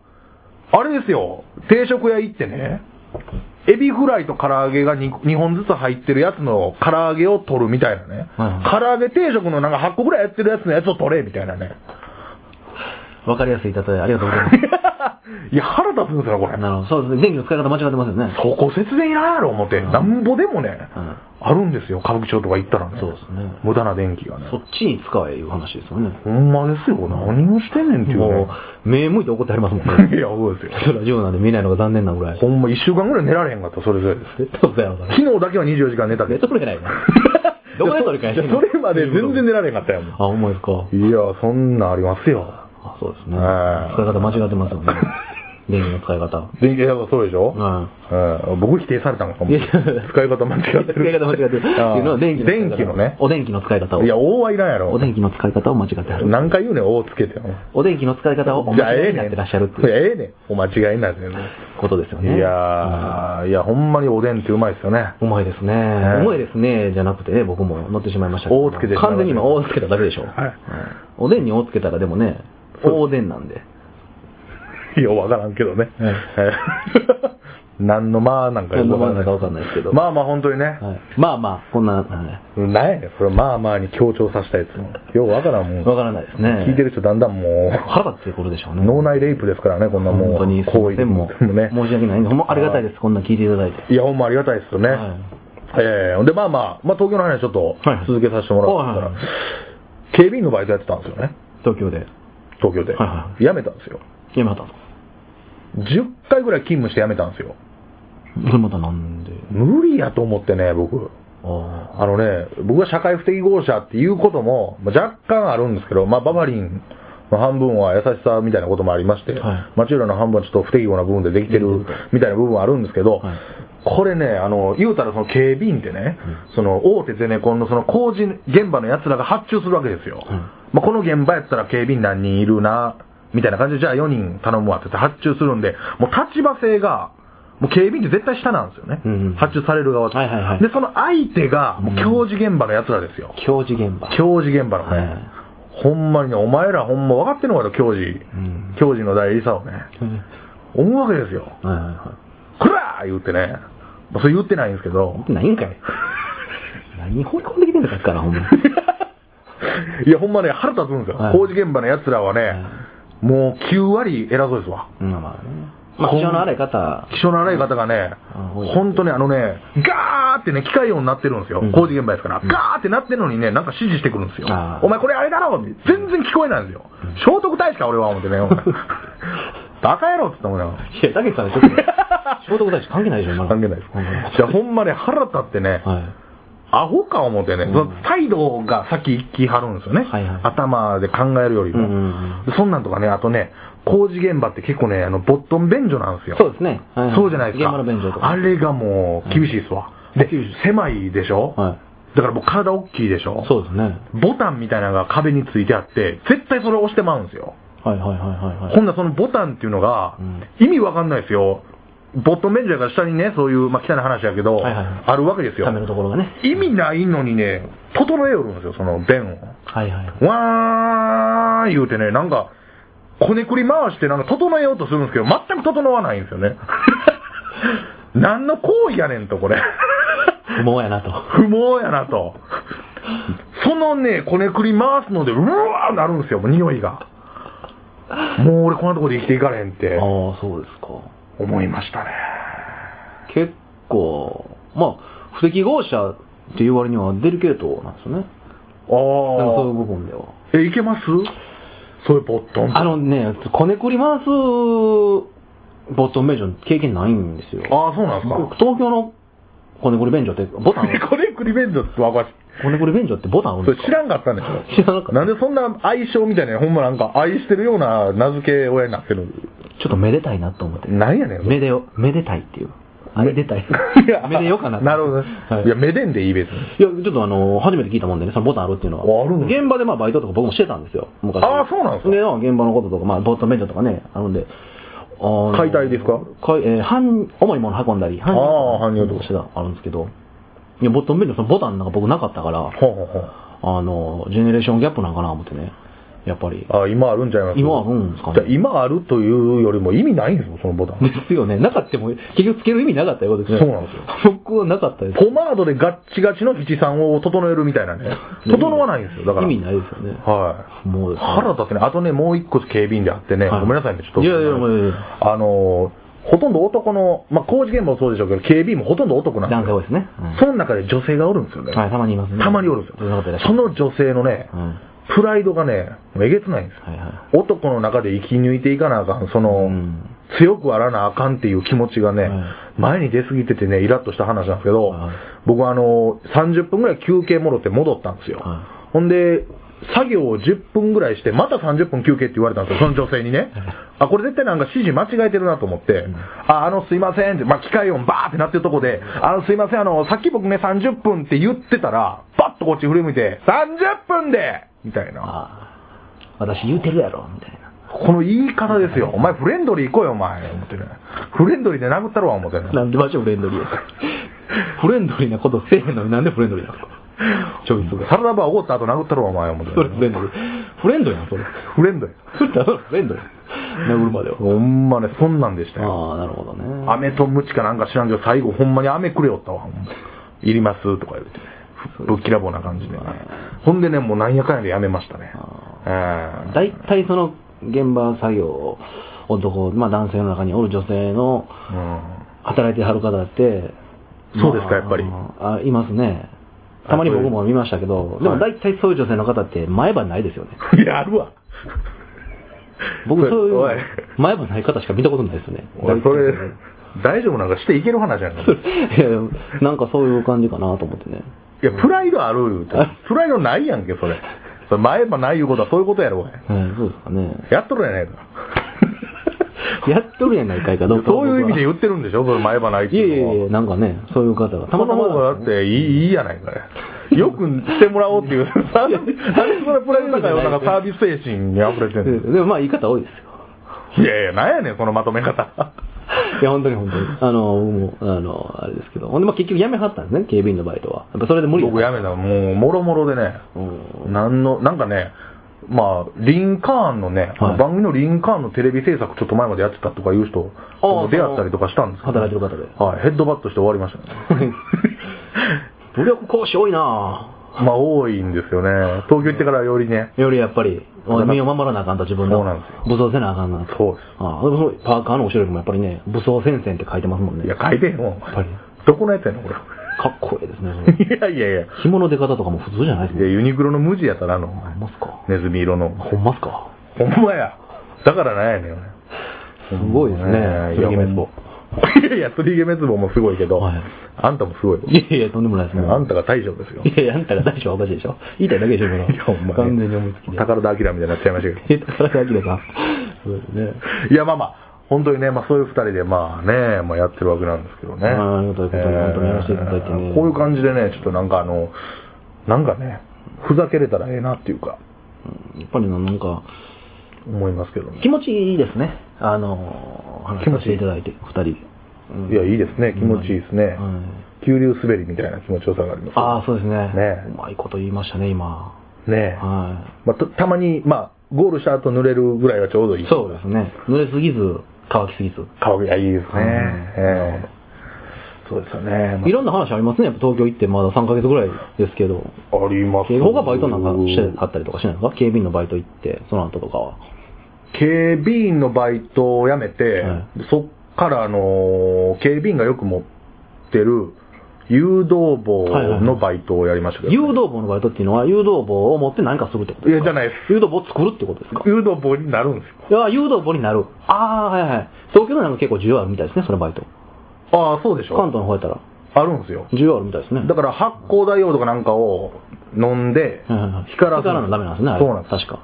B: あれですよ、定食屋行ってね、エビフライと唐揚げが 2, 2本ずつ入ってるやつの唐揚げを取るみたいなね、
C: はいはい
B: 唐揚げ定食のなんか8個ぐらいやってるやつのやつを取れみたいなね。
C: わかりやすい例えありがとうござ います。
B: いや、腹立つんですよ、これ。
C: なるほど。そうですね。電気の使い方間違ってますよね。
B: そこ節電いらんやろ、思って。
C: うん
B: なんぼでもね、
C: うん
B: あるんですよ、歌舞伎町とか行ったらね。
C: そうですね
B: 無駄な電気がね。
C: そっちに使えいう話ですよね。
B: ほんまですよ、何をしてんねんっていう
C: も
B: ね。
C: う、目向いて怒ってありますもん
B: い
C: ね。
B: や、そうですよ。
C: ラジオなんで見ないのが残念なぐらい。
B: ほんま一週間ぐらい寝られへんかった、それぞれです。
C: 絶対嘘やろ、それ。
B: 昨日だけは24時間寝たけ
C: 絶
B: ど
C: 対。それ じゃないよね。どこで取り返してん
B: そ
C: の
B: れまで全然寝られへんかったやもん。
C: あ、思いですか。
B: いや、そんなんありますよ。
C: あ、そうですね。
B: はい
C: 使い方間違ってますよ ね。電気の使い方。
B: 電気屋がそうでしょ
C: は
B: うん僕否定されたのかも。
C: いや
B: 使い方間違 ってる。
C: 使い方間違ってる。っていうのは電気の使い方。
B: 電気のね。
C: お電気の使い方を。
B: いや、大はいらんやろ。
C: お電気の使い方を間違ってはる。
B: 何回言うねん、大つけても。
C: お電気の使い方をお
B: じゃあ
C: 間違
B: え
C: え
B: え
C: にな
B: ね
C: っ
B: ん。
C: てらっしゃるって
B: い
C: いう
B: や、ええねん。お間違いになってるね。
C: ことですよ
B: い
C: ね。
B: やー、いや、ほんまにおでんってうまいですよ ね。
C: うまいですね。
B: いう
C: まいですね。じゃなくてね、僕も乗ってしまいましたけど。
B: 大つけてしまいました
C: 完全に今、大つけただけでしょ。
B: はい
C: うんおでんに大つけたらでもね、
B: そう
C: 大でんなんで。
B: いや、わからんけどね。
C: ええ
B: はい 何のまあなんかよくわから
C: 何の間なんかわかんないですけど
B: まあまあ本当にね。
C: はいまあまあ、こんな、はい
B: なんやねん、それまあまあに強調させたやつ。ようわからんもん。
C: わからないですね。
B: 聞いてる人だんだんもう、
C: 腹立ってくるでしょうね。
B: 脳内レイプですからね、こんなもう。
C: 本当に、すい
B: 行
C: ま
B: 為
C: せん、もう。
B: ね。
C: 申し訳ない。ほんまありがたいです。こんなん聞いていただいて。
B: いや、ほんまありがたいですよね。
C: はい
B: ええで、まあまあ、まあ東京の話はちょっと
C: はい
B: 続けさせてもらったら、
C: はいはい
B: 警備員のバイトやってたんですよね、
C: 東京で。
B: 東京で。
C: はいは
B: 辞めたんですよ。
C: 山畑さん。
B: 10回ぐらい勤務して辞めたんですよ。
C: それまたなんで。
B: 無理やと思ってね、僕。
C: あ
B: あのね、僕は社会不適合者っていうことも、まあ若干あるんですけど、まあ、バファリンの半分は優しさみたいなこともありまして、
C: はい
B: マチューラの半分はちょっと不適合な部分でできてるみたいな部分はあるんですけど、
C: はい
B: これね、あの、言うたらその警備員ってね、その大手ゼネコンのその工事現場の奴らが発注するわけですよ。
C: はい
B: まあ、この現場やったら警備員何人いるな、みたいな感じで、じゃあ4人頼むわって言って発注するんで、もう立場性が、もう警備員って絶対下なんですよね。
C: うんうん
B: 発注される側って
C: はいはいはい
B: で、その相手が、もう教授現場の奴らですよ
C: あ。。教授現場。
B: 教授現場のね、
C: はい
B: ほんまにね、お前らほんま分かってんのかと、教授。
C: うん
B: 教授の代理さをね、
C: はい
B: 思うわけですよ。
C: はいは
B: こらー言ってね、まあ、それ言ってないんですけ
C: い。見
B: ど、
C: てないんかい。 何放り込んできてんだかっから、ほんま。
B: いや、ほんまね、腹立つんですよ。
C: はい
B: 工事現場の奴らはね、もう9割偉そうですわ。
C: うんまあね。まあ、気象の荒い方。
B: 気象の荒い方がね
C: あ、多いです
B: 本当ね、あのね、ガーってね、機械音になってるんですよ
C: うん。
B: 工事現場ですから。
C: うん
B: ガーってなってるのにね、なんか指示してくるんですよ
C: あ。ー
B: お前これあれだろって全然聞こえないんですよ。聖徳太子か俺は思ってね、お前バカ野郎って言ったもんね。
C: いや、だけどさん、ちょっと、聖徳太子関係ないでしょ、今の
B: 関係ないです。じゃあほんまね、腹立ってね、
C: は
B: アホか思ってね、その態度が先行きはるんですよね
C: はいはい。
B: 頭で考えるより
C: うんうん
B: も。そんなんとかね、あとね、工事現場って結構ね、あの、ボットン便所なんです
C: い。
B: よ。
C: そうですね。はい
B: そうじゃないですか。
C: 現場の便所とか。
B: あれがもう、厳しいっすわ。で
C: 90、
B: 狭いでしょ
C: は
B: だからもう体大きいでしょ
C: い。そうですね。
B: ボタンみたいなのが壁についてあって、絶対それを押してまうんですよ。
C: はいはいはいはいはい。
B: ほんならそのボタンっていうのが
C: うん、
B: 意味わかんないですよ。ボットン便所やから下にね、そういう、まあ、汚い話やけど、
C: はいはいはい
B: あるわけですよ
C: た。めのところがね。
B: 意味ないのにね、整えよるんですよ、その弁を。
C: はいはい。
B: わー言うてね、なんか、こねくり回してなんか整えようとするんですけど、全く整わないんですよ ね。何の行為やねんと、これ。
C: 不毛やなと。
B: 不毛やなと。そのね、こねくり回すので、うわーなるんですよ、もう匂いが。もう俺こんなとこで生きていかれへんって
C: ああ、そうですか。
B: 思いましたね。
C: 結構、まあ、不適合者っていう割にはデリケートなんです
B: あ
C: よね。なんかそういう
B: あ。
C: 部分では。
B: え、いけますそういうポットン。
C: あのね、こねくり回すボットン便所経験ないんですよ。
B: ああ、そうなんですか。
C: 東京のこねくり便所ってボタン、
B: これクリベンジョってわかる。
C: こねくり便所ってボタンあるん
B: そ
C: で
B: れ
C: す
B: 知
C: から
B: んかったんでしょ
C: 知らなかった
B: なんでそんな愛称みたいな、ほんまなんか愛してるような名付け親になってる。
C: ちょっとめでたいなと思って。
B: なんやねんそれ。
C: めでよ、めでたいっていう。あれでたい
B: いや。
C: めでよかな。
B: なるほどね。
C: はい
B: い、や、めでんでいい別に。
C: いや、ちょっとあの、初めて聞いたもんでね、そのボタンあるっていうのは。
B: ああるんです
C: 現場でまあバイトとか僕もしてたんですよ、昔。
B: ああそうなんですか
C: で、現場のこととか、まあ、ボットン便所とかね、あるんで。あの
B: 解体ですか
C: かいえー、搬重いもの運んだり、搬
B: ああ搬入
C: と
B: と
C: か
B: か
C: してた、あるんですけど。いや、ボットン便所、そのボタンなんか僕なかったから、
B: ほうほうほう。
C: あの、ジェネレーションギャップなんかな思ってね、やっぱり。
B: あ、今あるんちゃいます
C: 今あるんですかね
B: じゃあ今あるというよりも意味ないんですよ、そのボタン。
C: ですよね。なかったも、結局つける意味なかったようことですね。
B: そうなんですよ。
C: 僕はなかったです。
B: ポマードでガッチガチの七三を整えるみたいなね。整わないんですよ、だから。
C: 意味ないですよね。
B: はい。
C: もうですね
B: 腹立ってね、あとね、もう一個警備員であってね、
C: はい
B: ごめんなさいね、ちょっと。
C: いやいやいやいや
B: あのー、ほとんど男の、まあ、工事現場もそうでしょうけど、警備員もほとんど男なんですよ
C: 男性多いですね。うん
B: その中で女性がおるんですよね。
C: はい、たまにいますね。
B: たまにおるんです
C: そんなことい
B: よ
C: らっ。しゃ
B: そ
C: る
B: の女性のね、
C: うん。
B: プライドがね、えげつないんですよ。
C: はいは
B: 男の中で生き抜いていかなあかん、その、
C: うん
B: 強くあらなあかんっていう気持ちがね、
C: はい
B: 前に出過ぎててね、イラッとした話なんですけど、
C: はい
B: 僕はあの、30分ぐらい休憩もろって戻ったんですよ。
C: は
B: ほんで、作業を10分ぐらいして、また30分休憩って言われたんですよ、その女性にね。あ、これ絶対なんか指示間違えてるなと思って、あ、あの、すいませんって、まあ、機械音バーってなってるとこで、あの、すいません、あの、さっき僕ね、30分って言ってたら、バッとこっち振り向いて、30分でみたいな。
C: ああ。私言うてるやろ、みたいな。
B: この言い方ですよ。お前フレンドリー行こうよ、お前。思ってね。フレンドリーで殴ったろわ、思ってね。
C: なんで場所フレンドリーやから フレンドリーなことせえへんのになんでフレンドリーなんですかチョイスが。
B: サラダバーおごった後殴ったろわ、お前。思って
C: それフレ
B: ね。
C: ンドリー。フレンドやん、それ。
B: フレンドリー。
C: それだろ、フレンドリー。殴るまでは。
B: ほんまね、そんなんでしたよ。
C: ああ、なるほどね。
B: 飴とムチかなんか知らんけど、最後ほんまに飴くれよったわ。ほんまいりますとか言うてね。ぶっきらぼうな感じでね。ほんでね、もうなんやかんやでやめましたね。ええ
C: 大体その現場作業、男、まあ男性の中におる女性の
B: うん
C: 働いてはる方って、
B: そうですかやっぱり
C: あいますね。たまに僕も見ましたけど、でも大体そういう女性の方って前歯ないですよね。
B: いや、あるわ。
C: 僕
B: それ
C: そうい
B: おいう
C: 前歯ない方しか見たことないですよね。
B: おいそれ、大丈夫なんかしていける話じゃないの
C: いやなんかそういう感じかなと思ってね。
B: いや、プライドある言うて。プライドないやんけ、それ。それ前歯ないいうことはそういうことやろ、おい。
C: うんそうですかね。
B: やっとるやないか。
C: やっとるやないかい かどうか
B: そ
C: は
B: ういう意味で言ってるんでしょ、それ前歯ないって
C: いやい
B: いうのは。
C: やいや、なんかね、そういう方が。
B: た
C: た
B: ま
C: また
B: た
C: ま
B: ま
C: なん
B: だっ
C: ですよね。
B: ていいいいやないかい。よくしてもらおう っていう、なんでなんでそれプライド高いよ、なんかサービス精神に溢れてん
C: でもまあ言い方多いですよ。
B: の。いやいや、なんやねん、そのまとめ方。
C: いや、本当に本当に。あの、僕も、あの、あれですけど。ほんで、まあ結局辞めはったんですね、警備員のバイトは。やっぱそれで無理
B: 僕やめた、もう、もろもろでね。
C: うん
B: なんの、なんかね、まあ、リンカーンのね、
C: はい
B: 番組のリンカーンのテレビ制作ちょっと前までやってたとかいう人
C: ああ
B: 出会ったりとかしたんですけど、
C: 働いてる方で
B: はい、ヘッドバットして終わりましたね。
C: 努力講師多いな
B: まあ、多いんですよね。東京行ってからよりね、
C: ぁよりやっぱり、おい身を守らなあかんと自分の。
B: そうなんですよ
C: 武装せなあかんなと。
B: そうです。
C: ああ、でもそうパーカーの後ろにもやっぱりね、武装戦線って書いてますもんね。
B: いや、書いてへんもん。
C: ぱり
B: どこのやつやねん、こ れ。
C: かっこいいですね。それ
B: いやいやいや。い
C: 紐の出方とかも普通じゃないです
B: や、
C: ね。
B: ユニクロの無地やったらあの、お前
C: ほんまっすか
B: ネズミ色の。
C: ほんまっすか
B: ほんまや。だからなんやねん、俺。
C: すごいですね。
B: いや、滅亡。いやいや、釣り毛滅亡もすごいけど、
C: はい
B: あんたもすごいよ。
C: いやいや、とんでもないですね。
B: あんたが大将ですよ。
C: いやいや、あんたが大将はおかしいでしょ言いたいだけでしょ、今の。
B: いや、ほんまに。
C: 完全に思いつきで。
B: 宝田明みたいになっちゃいましたけど。
C: え、高田明さん。そうですね。
B: いや、まあまあ、本当にね、まあそういう二人で、まあね、まあやってるわけなんですけどね。
C: はいありがたいことに本当にやらせていただいてね
B: こういう感じでね、ちょっとなんかあの、なんかね、ふざけれたらええなっていうか、
C: やっぱりな、なんか、
B: 思いますけどね。
C: 気持ちいいですね。あの、話
B: 気持
C: さ
B: ち
C: せ
B: いい
C: ていただいて、二人で。うん
B: いや、いいですね。気持ちいいですね
C: う。ん
B: 急流滑りみたいな気持ちよさがあります。
C: ああ、そうですね。
B: ね
C: うまいこと言いましたね、今。
B: ねえ。
C: は
B: まあ、たたまに、まあ、ゴールした後濡れるぐらいはちょうどい
C: い。
B: い。
C: そうですね。濡れすぎず、乾きすぎず。
B: 顔がいいですね。
C: うん
B: ええそうですよね。
C: いろんな話ありますね。やっぱ東京行ってまだ3ヶ月ぐらいですけど。
B: あります。
C: 警報がバイトなんかしてはったりとかしないですか警備員のバイト行って、その後とかは。
B: 警備員のバイトを辞めて、
C: は
B: そっから、あのー警備員がよく持ってる誘導棒のバイトをやりましたけどね、
C: 誘導棒のバイトっていうのは、誘導棒を持って何かするってことですか
B: いやじゃないです
C: 誘導棒を作るってことですか
B: 誘導棒になるんですよ。
C: いや、誘導棒になる。ああ、はいはい。東京のなんか結構需要あるみたいですね、そのバイト。
B: ああ、そうでしょ。
C: 関東の方やったら、
B: あるんですよ。
C: 需要あるみたいですね。
B: だから発光ダイオードかなんかを飲んで、
C: はいはいはい
B: 光らす。
C: 光らなダメなんですね、あれ
B: そうなんです。
C: 確か。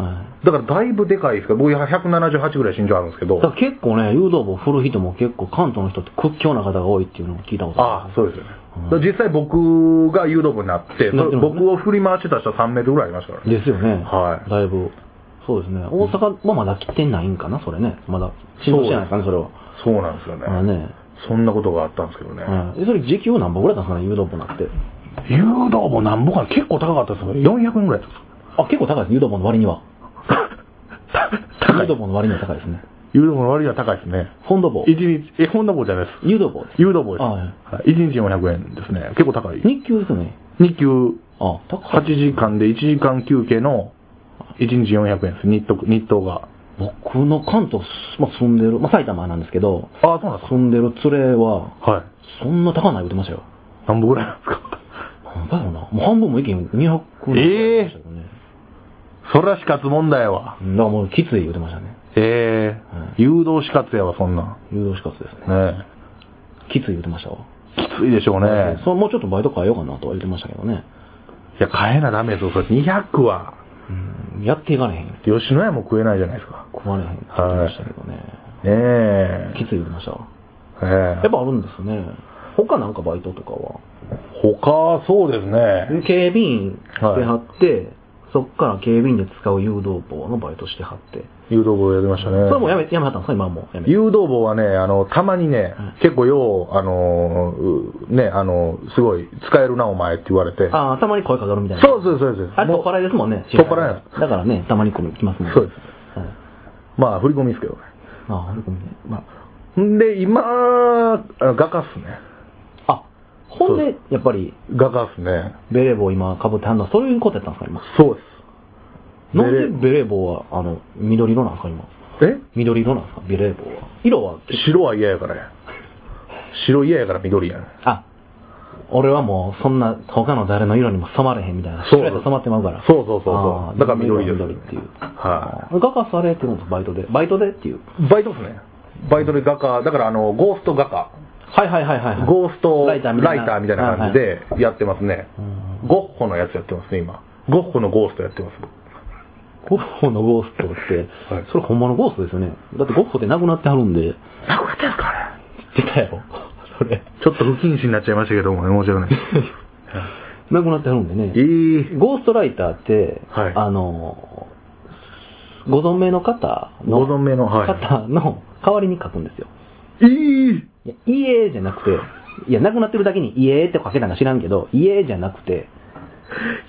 C: はい。
B: だからだいぶでかいですから、僕178ぐらい身長あるんですけど
C: だか、ら結構ね、誘導棒振る人も結構関東の人って屈強な方が多いっていうのを聞いたこと
B: ああ、そうですよね。
C: うん
B: だから実際僕が誘導部になって、そ
C: なって
B: れ
C: ますね
B: 僕を振り回してた人は3メートルぐらいありましたからね。
C: ですよね。
B: はい
C: だいぶ。そうですね。大阪はまだ来てないんかな、それね。まだ。浸透してないですかね、それは。
B: そうなんですよね。
C: まあね。
B: そんなことがあったんですけどね。
C: うん。えそれ時給何本ぐらいなんですかね、誘導棒なって。
B: 誘導棒なんぼかな結構高かったですよ。400円ぐらい だったんですよ
C: あ、結構高いです、誘導棒の割には。誘導棒の割には高いですね。
B: 誘導棒の割には高いですね。
C: 本土棒。
B: 一日、え、本田棒じゃないです。
C: 誘導棒です。
B: 誘導棒です。
C: あ
B: は
C: はい
B: い一日400円ですね。結構高い。
C: 日給ですよね。
B: 日給
C: あ、高
B: 8
C: い。
B: 時間で1時間休憩の1日400円です。日当、日当が。
C: 僕の関東、まあ、住んでる、まあ、埼玉なんですけど、
B: ああ、そうなんです
C: 住んでる連れは、
B: か。はい。
C: そんな高ない言ってましたよ。
B: 何ぼぐらいなんですか
C: なんだろうな。もう半分も意見200ぐらい言ってましたけどね。
B: そら死活問題やわ。
C: うんだからもうきつい言ってましたね。
B: ええ
C: はい
B: 誘導死活やわ、そんな
C: 誘導死活ですね。
B: ん。ね
C: きつい言ってましたわ。
B: えきついでしょうね。
C: それもうちょっとバイト変えようかなとは言ってましたけどね。
B: いや、買えなダメですよ、それ。200は。
C: うん、やっていかれへん。
B: 吉野家も食えないじゃないですか。
C: 食われへんって言ってましたけどね。
B: ねえ。
C: きつい言ってましたわ。
B: ええ
C: やっぱあるんですね。他なんかバイトとかは。
B: 他、そうですね。
C: 警備員してはって、そっから警備員で使う誘導棒のバイトしてはって。
B: 誘導棒やりましたね。
C: それもうやめ、やめはったんですか今はもうやめ。
B: 誘導棒はね、あの、たまにね、結構よう、あのー、うね、あの、すごい、使えるな、お前って言われて。
C: ああ、たまに声かかるみたいな。
B: そうそうそうそう。
C: あれ、
B: も
C: 取
B: う
C: っ払いですもんね。
B: 取っ払いなんで
C: だからね、たまに来る来ますもんね。
B: そうです
C: はい。
B: まあ、振り込みですけどね。
C: ああ、ごめんね。
B: まあ、んで、今、あの画家っすね。
C: あ、ほんで、やっぱり、
B: 画家っすね。
C: ベレー帽今被ってはんのはそういうことやったんですか、今。
B: そうです。
C: なん
B: ベレ
C: でベレー帽は、あの、緑色なんですか、今。
B: え
C: 緑色なんですか、ベレー帽は。色は、
B: 白は嫌やからや。白嫌やから緑やね。
C: あ、俺はもう、そんな、他の誰の色にも染まれへんみたいな。
B: そう
C: 白やと染まってまうから。
B: そうそうそうそう
C: あー
B: だから緑です
C: 緑っていう。
B: は
C: 画家されてるんですバイトで。バイトでっていう。
B: バイトっすね。バイトで画家、だからあの、ゴースト画家。
C: はいはいはいはいはい。
B: ゴースト
C: ライターみたいな。
B: みたいな感じでやってますね
C: うん。
B: ゴッホのやつやってますね、今。ゴッホのゴーストやってます。
C: ゴッホのゴーストって、
B: はい
C: それほんまのゴーストですよね。だってゴッホってなくなってはるんで、
B: なくなってんすかあれ。
C: 出 たやろ。それ。
B: ちょっと不謹慎になっちゃいましたけどもね、申し訳ない。
C: なくなってはるんで ね。
B: いい。
C: ゴーストライターって、
B: はい
C: あの、ご存命の方
B: ご存
C: の、
B: 命の、は
C: 方の代わりに書くんですよ。
B: い。いい。
C: いや、イエーじゃなくて、いや、なくなってるだけにイエーって書けたんか知らんけど、イエーじゃなくて、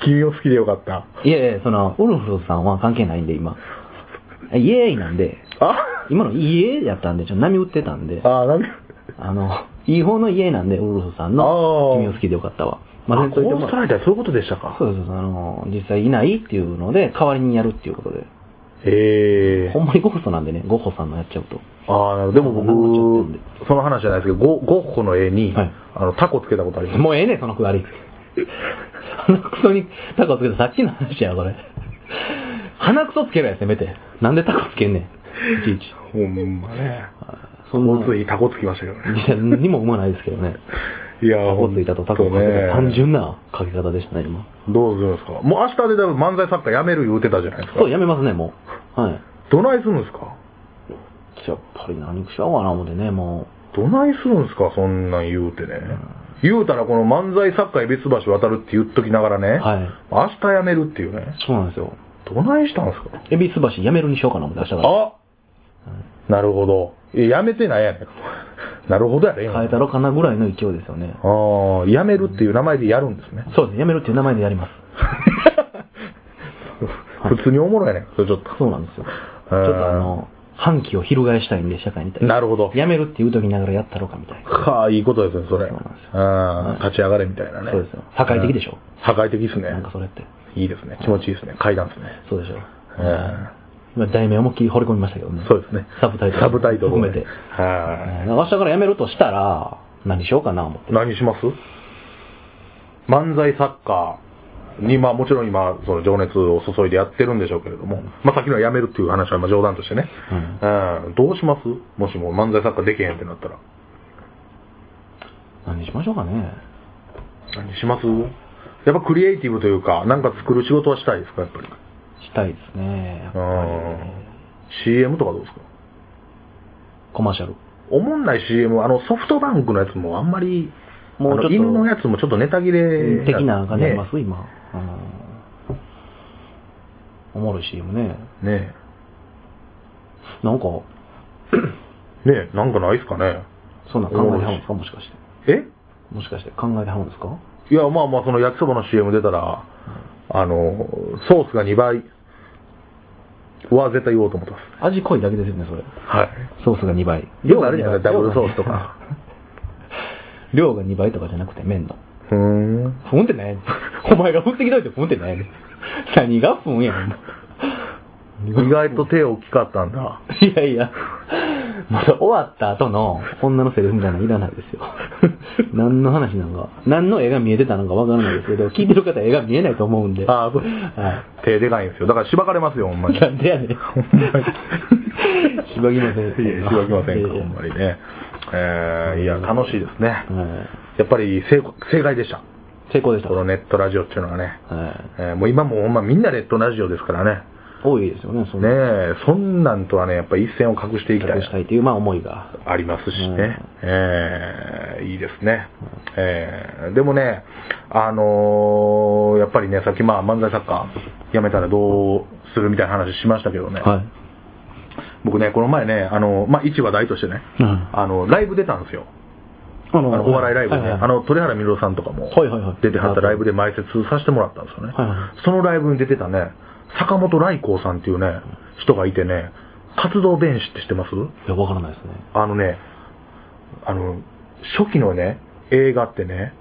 B: 君を好きでよかった。
C: いやいや、その、ウルフさんは関係ないんで、 今。イエーイなんで、
B: あ
C: 今のイエーやったんで、ちょっと波打ってたんで、
B: あー、なんか、
C: あの、違法の家なんで、ウルフさんの
B: あー、
C: 君を好きでよかったわ。
B: あ
C: あ、
B: ゴーストライターそういうことでしたか。
C: そうそうそう、あの、実際いないっていうので、代わりにやるっていうことで。
B: へえ
C: ほ。んまにゴッホなんでね、ゴッホさんのやっちゃうと。
B: ああ、でも
C: なんかちょっと
B: 僕、その話じゃないですけど、ゴゴッホの絵に
C: はい、
B: あの、タコつけたことあります。
C: もうええねん、そのくだり。 鼻くそにタコつけたさっきの話や、これ。鼻くそつけろや、せめて。なんでタコつけんねん。いちいち。
B: ほんまね。
C: そんな
B: ごついタコつきましたけどね。
C: いや、にも生まないですけどね。
B: いや
C: タコついたとタコかけた。単純なかけ方でしたね、今。
B: どうするんですかもう明日で多分漫才作家辞める言うてたじゃないですか
C: そう、。やめますね、もう。はい。
B: どないするんですか
C: やっぱり何しようかな思ってね、も
B: どないするんすか、そんなん言うてね。言うたらこの漫才作家へ別橋渡るって言っときながら
C: う。
B: ね、
C: はい。
B: 明日辞めるっていうね。
C: そうなんですよ。
B: どないしたんすか
C: 恵比寿橋やめるにしようかな思って明日か
B: あなるほど。え辞めてないやねん。 なるほどやね。
C: ら。変えたろかなぐらいの勢いですよね。
B: ああ、辞めるっていう名前でやるんですね。
C: そうですね、やめるっていう名前でやります。
B: 普通におもろいやねん。それちょっと。
C: そうなんですよ。ち
B: え
C: ょ
B: ー
C: っとあの、反旗を翻したいんで、社会に対して。
B: なるほど。
C: やめるって言うときながらやったろかみたいな。
B: はあ、いいことですね、それ。
C: そうなんですよ
B: あ
C: はい
B: あ、立ち上がれみたいなね。
C: そうですよ。破壊的でしょ。
B: 破壊的ですね
C: なん。かそれって。
B: いいですね。気持ちいいですね。階段ですね。
C: そうでしょ。
B: え
C: 今、題名思いっきり掘り込みましたけどね。
B: そうですね。
C: サブタイトル。
B: サブタイトルを
C: 含
B: ね。
C: めて。
B: は
C: えー明日からやめるとしたら、何しようかな思って。
B: い。何します漫才作家に、まあもちろん今、その情熱を注いでやってるんでしょうけれども、まあさっきのやめるっていう話はまあ冗談としてね。
C: うん
B: うん。どうしますもしも漫才作家できへんってなったら。
C: 何しましょうかね。
B: 何しますやっぱクリエイティブというか、なんか作る仕事はしたいですか、やっぱり。
C: したいですね。やっぱ
B: う
C: り。
B: ん。CM とかどうですか
C: コマーシャル。
B: おもんない CM、あの、ソフトバンクのやつもあんまり、
C: もう
B: あの
C: ちょっと
B: 犬のやつもちょっとネタ切れ、
C: 的な感じありま
B: ね
C: す、今。うんおもろい CM ね。
B: ね
C: なんか、
B: え。ねえ、なんかないっすかね。
C: そんなん考えてはるんですかもしかして。
B: え
C: もしかして考えてはるんですか
B: いや、まあまあ、その焼きそばの CM 出たら、あの、ソースが2倍は絶対言おうと思ってます。
C: 味濃いだけですよね、それ。
B: はい。
C: ソースが2倍。
B: よくあるじゃないですか、ダ
C: 量
B: ブ
C: が
B: ル
C: ね
B: ソースと か。。
C: 量が2倍とかじゃなくて、麺の。
B: ふーん。
C: ふんってないお前がふんってきといてふんってない何がふんやん。
B: 意外と手大きかったんだ。
C: いやいや、まだ終わった後の女のセリフみたいなのいらないですよ。 何の話なのか、何の絵が見えてたのかわからないです けど、聞いてる方は絵が見えないと思うんで。
B: ああ、そう。
C: は
B: 手でかいんですよ。だからしばかれますよ、ほんま
C: い。
B: に。
C: なんでやねん。 しばきません。
B: いや、しばきませんか、
C: い
B: ほん
C: やいや
B: まにね。えー、いや、楽しいですね。
C: はい
B: やっぱり正正解でした。
C: 成功でした。
B: この
C: はい
B: ネットラジオっていうのはね。えーもう今もほんまみんなネットラジオですからね。
C: 多いですよね、そ
B: ね
C: の。
B: え、そんなんとはね、やっぱ一線を画していきたい
C: 企画。したいという、まあ、思いが。
B: ありますし
C: うん
B: ね。えーいいですね。えーでもね、あのーやっぱりね、さっきまあ漫才作家辞めたらどうするみたいな話しましたけどね。
C: はい。
B: 僕ね、この前ね、あの、まあ一話題としてね、
C: うん
B: あの、ライブ出たんですよ。
C: あ
B: あのお笑いライブで、
C: はは
B: あの、鳥原みろさんとかも
C: はいはいはい
B: 出てはったライブで埋設させてもらったんですよね。
C: はいは
B: そのライブに出てたね、坂本来光さんっていうね、人がいてね、活動弁士って知ってます
C: いや、わからないですね。
B: あのね、あの、初期のね、映画ってね、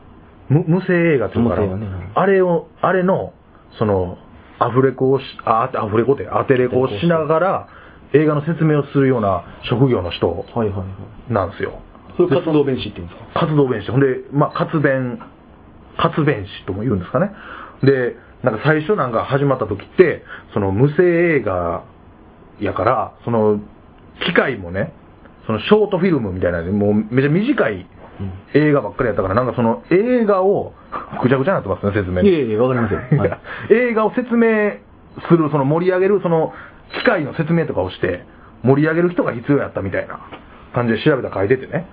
B: む無声映画っていうのから、
C: 無声映画ね
B: あれを、あれの、その、アフレコをし、あ、アフレコって、アテレコをしながら、映画の説明をするような職業の人
C: はいはいはい。
B: なんですよ。
C: そういう活動弁士って言うんですか
B: 活動弁士。ほんで、まあ、活弁、活弁士とも言うんですかね。で、なんか最初なんか始まった時って、その無声映画やから、その、機械もね、そのショートフィルムみたいなね、もうめちゃ短い映画ばっかりやったから、なんかその映画を、ぐちゃぐちゃになってますね、説明。
C: いやいやいや、わか りますよ。はい
B: いや映画を説明する、その盛り上げる、その機械の説明とかをして、盛り上げる人が必要やったみたいな感じで調べたら書いててね。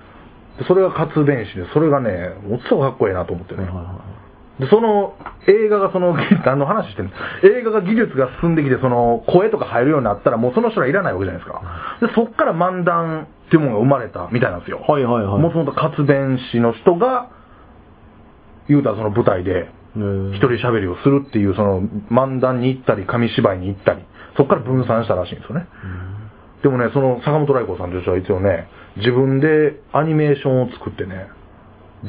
B: でそれが活弁士で、それがね、もっとかっこええなと思って
C: はい
B: ね
C: はい。は
B: で、その映画がその、 何の話してんの映画が技術が進んできて、その声とか入るようになったら、もうその人はいらないわけじゃないですか。で、そっから漫談っていうものが生まれたみたいなんですよ。
C: いはいはいはい。
B: もともと活弁士の人が、言うたらその舞台で、
C: 一
B: 一人喋りをするっていう、その漫談に行ったり、紙芝居に行ったり、そこから分散したらしいんですよね。でもね、その坂本来子さんという人は一応ね、自分でアニメーションを作ってね、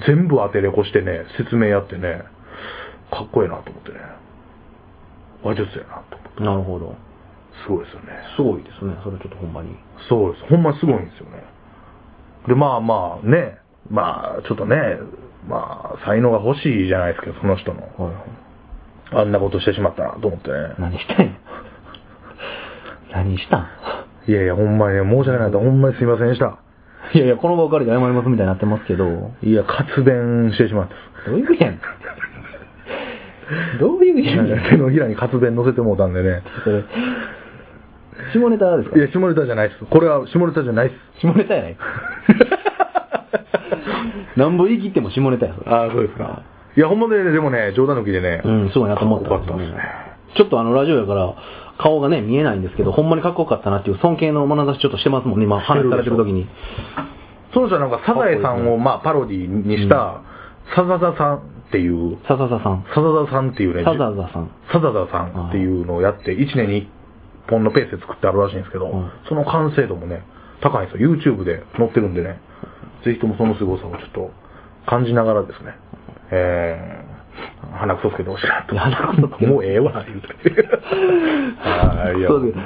B: 全部当てれこしてね、説明やってね、かっこええなと思ってね。話術やなと思って。
C: なるほど。
B: すごいですよね。
C: すごいですね。それちょっとほんまに。
B: そうです。ほんまにすごいんですよね。で、まあまあね、まあちょっとね、まあ才能が欲しいじゃないですけど、その人の。あんなことしてしまったなと思ってね。
C: 何したいん 何したん
B: いやいや、ほんまにね、申し訳ないと、ほんまにすいませんでした。
C: いやいや、この場を借りて謝りますみたいになってますけど、ど
B: いや、活弁してしまった。
C: ういう意味や ねん。どういう意味やねん。
B: 手のひらに活弁乗せてもうたんでね。
C: それ、下ネタですか
B: いや、下ネタじゃないです。これは下ネタじゃないです。
C: 下ネタやない なんぼ言い切っても下ネタや、それ。
B: ああ、そうですか。いや、ほんまでね、でもね、冗談抜きでね、
C: うん、そうやなと思った、
B: かっこよかったですね。
C: ちょっとあの、ラジオやから、顔がね、見えないんですけど、ほんまにかっこよかったなっていう尊敬の眼差しちょっとしてますもんね、今、話されてる時に。
B: そうじゃなんか、サザエさんを、まあ、パロディにした、サザザさんっていう、
C: ささささん。
B: サザザさんっていうね、
C: さざざさん。
B: サザザさんっていうのをやって、1年に1本のペースで作ってあるらしいんですけど、
C: うん
B: その完成度もね、高いんですよ。YouTube で載ってるんでね、ぜひともその凄さをちょっと感じながらですね、えー、鼻くそつけてほしいなと。
C: いや鼻くそつけて
B: もうええわ、言う て。はい、いや
C: そうです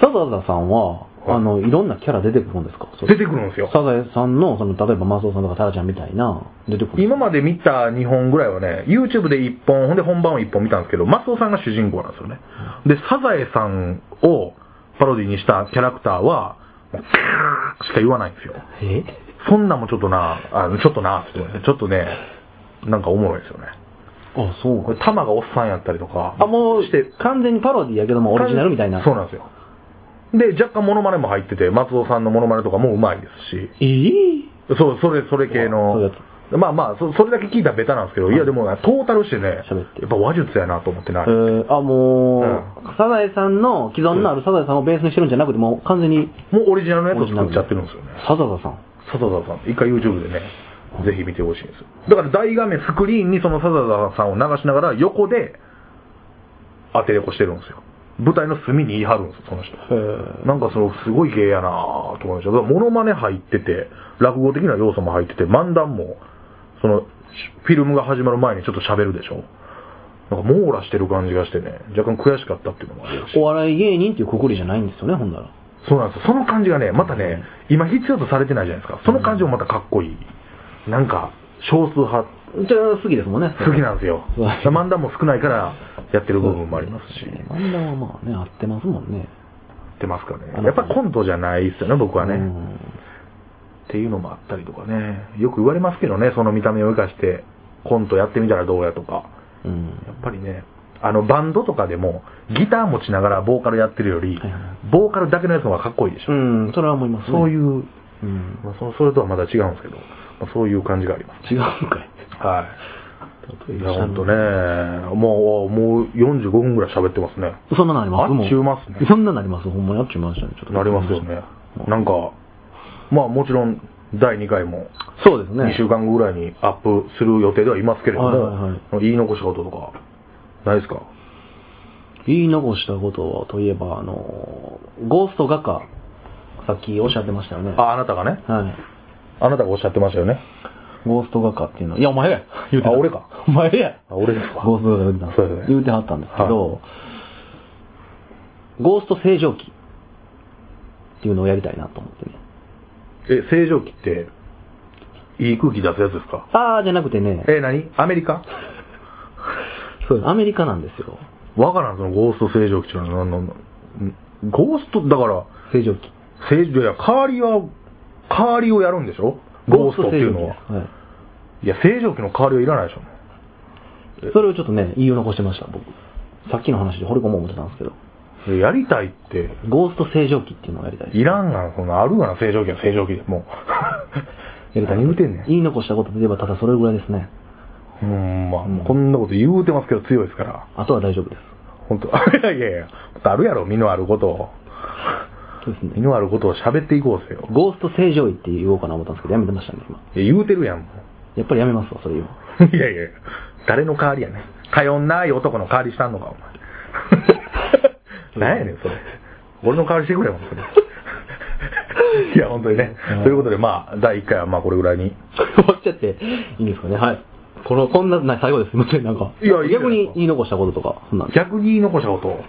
C: さざざさんは、
B: はい
C: あの、いろんなキャラ出てくるんですか
B: 出てくるんですよ。
C: サザエさんの、その、例えばマスオさんとかタラちゃんみたいな、出てくる。
B: 今まで見た2本ぐらいはね、YouTube で1本、ほんで本番を1本見たんですけど、マスオさんが主人公なんですよね。で、サザエさんをパロディにしたキャラクターは、もうキャーしか言わないんですよ。
C: え
B: そんなんもちょっとな、あのちょっとな、ってちょっとね、なんかおもろいですよね。
C: あ、そうなん
B: こ
C: だ
B: れ、玉がおっさんやったりとか。
C: あ、もう
B: して、、
C: 完全にパロディやけども、オリジナルみたいな。
B: そうなんですよ。で、若干モノマネも入ってて、松尾さんのモノマネとかもうまいですし。
C: えー
B: そう、それ、それ系
C: あそういう
B: の
C: や。
B: まあまあそ、それだけ聞いたらベタなんですけど、いやでもな、トータルしてね、
C: 喋って
B: やっぱ話術やなと思ってな
C: え。ーあ、もう、サザエさんの既存のあるサザエさんをベースにしてるんじゃなくて、もう完全に、
B: もうオリジナルのやつを作っちゃってるんですよね。
C: サザザさん。
B: サザザさん、一回 YouTube でね、ぜひ見てほしいんですよ。だから大画面、スクリーンにそのサザザさんを流しながら、横で、当てれこしてるんですよ。舞台の隅に言い張るんですよ、その人。なんかその、すごい芸やなぁと思いました。だからモノマネ入ってて、落語的な要素も入ってて、漫談も、その、フィルムが始まる前にちょっと喋るでしょ。なんか網羅してる感じがしてね、若干悔しかったっていうのもありますし
C: お。笑い芸人っていうくくりじゃないんですよね、ほんなら。
B: そうなんですよ。その感じがね、またね、今必要とされてないじゃないですか。その感じもまたかっこいい。なんか、少数派、
C: じゃあ、好きですもんね。
B: 好きなんですよ。
C: そう
B: 漫談も少ないから、やってる部分もありますし。
C: 漫談はまあね、合ってますもんね。
B: ってますかね。やっぱコントじゃないですよね、僕はね。
C: うん
B: っていうのもあったりとかね。よく言われますけどね、その見た目を生かして、コントやってみたらどうやとか。
C: うん。
B: やっぱりね、あの、バンドとかでも、ギター持ちながらボーカルやってるより
C: はいはい、
B: ボーカルだけのやつの方がかっこいいでし
C: う
B: ょ。
C: ん、それは思いますね。
B: そういう、
C: うん。
B: まあ、そそれとはまだ違うんですけど、まあ、そういう感じがあります。
C: 違うんかい。
B: はい。いや、ほんとね、もう、もう45分ぐらい喋ってますね。
C: そんななります
B: あっちゅうますね
C: そんななります。ほんまにあっちゅうましたね。ちょっと。
B: なりますよね。なんか、まあもちろん、第2回も
C: そうですね。
B: 2週間後ぐらいにアップする予定ではいますけれども、
C: はいはい
B: 言い残したこととか、ないですか
C: 言い残したことといえば、あの、ゴースト画家、さっきおっしゃってましたよね。
B: あ、あなたがね。
C: はい。
B: あなたがおっしゃってましたよね。
C: ゴースト画家っていうの。いや、お前 や。言うてた
B: あ俺か。
C: お前や。
B: あ、俺ですか。
C: ゴースト画家言うてた
B: そうだよね
C: 言うてはったんですけど、ゴースト正常期っていうのをやりたいなと思ってね。
B: え、正常期って、いい空気出すやつですか
C: あーじゃなくてね、
B: え、何アメリカ
C: そうですアメリカなんですよ。
B: わからん、そのゴースト正常期っていうのは何なんだんゴースト、だから、
C: 正常期。
B: 正常、いや、代わりは、代わりをやるんでしょゴーストっていうのは
C: ゴース。ト正常期です
B: いや、正常期の代わりはいらないでしょ。
C: はい。それをちょっとね、言い残してました、僕。さっきの話で掘り込もう思ってたんですけど、
B: いややりたいって、
C: ゴースト正常期っていうのをやりたいです
B: いらんがな、そんな、あるがな、正常期は正常期で、もう。
C: やりたい
B: 何言うてんねん。
C: 言い残したことといえばただそれぐらいですね。
B: ほんま、こんなこと言うてますけど強いですから。
C: あとは大丈夫です。
B: 本当 いやいやいや、あるやろ、身のあることを。
C: そうです
B: 身
C: ね。
B: のあることを喋っていこうぜよ。
C: ゴースト正常位って言おうかな思ったんですけど、やめてましたね、今。
B: いや言うてるやん、も
C: やっぱりやめますわ、それ言うの
B: う いやいやいや、誰の代わりやねん。頼んない男の代わりしたんのか、お 前。なんやねん、それ。俺の代わりしてくれよ、それ。 いや、本当にね。ということで、まあ、第1回はまあ、これぐらいに。
C: 終わっちゃっていいんですかね、はい。この、こんな、な最後です。すいません、なんか。
B: いやいいじゃな
C: 逆
B: いですか
C: に言い残したこととか、そんなんです
B: 逆に言い残したこと。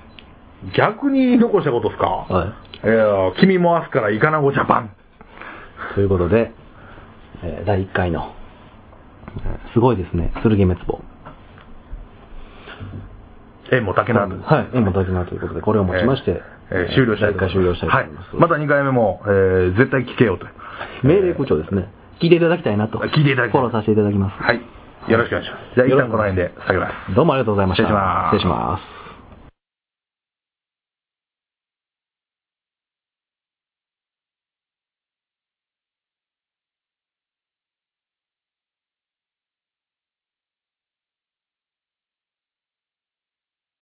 B: 逆に言い残したことっすか
C: はい
B: や、君も明日からイカナゴジャパン。
C: い。ということで、えー第1回の、えーすごいですね、剣滅亡。
B: え、もう竹なんです。
C: はい、縁も大事なということで、これをもちまして、
B: えーえー終了したい
C: 第
B: と
C: 一
B: 思います。
C: 回終了したいと思います。
B: はい。また2回目も、えー絶対聞けよと。
C: 命令口調ですね。聞いていただきたいなと。
B: 聞いていただきた
C: フ
B: い
C: ォローさせていただきます。
B: はい。よろしくお願いします。じゃあ、一旦この辺で下げます。
C: どうもありがとうございました。
B: 失礼します
C: 失礼します。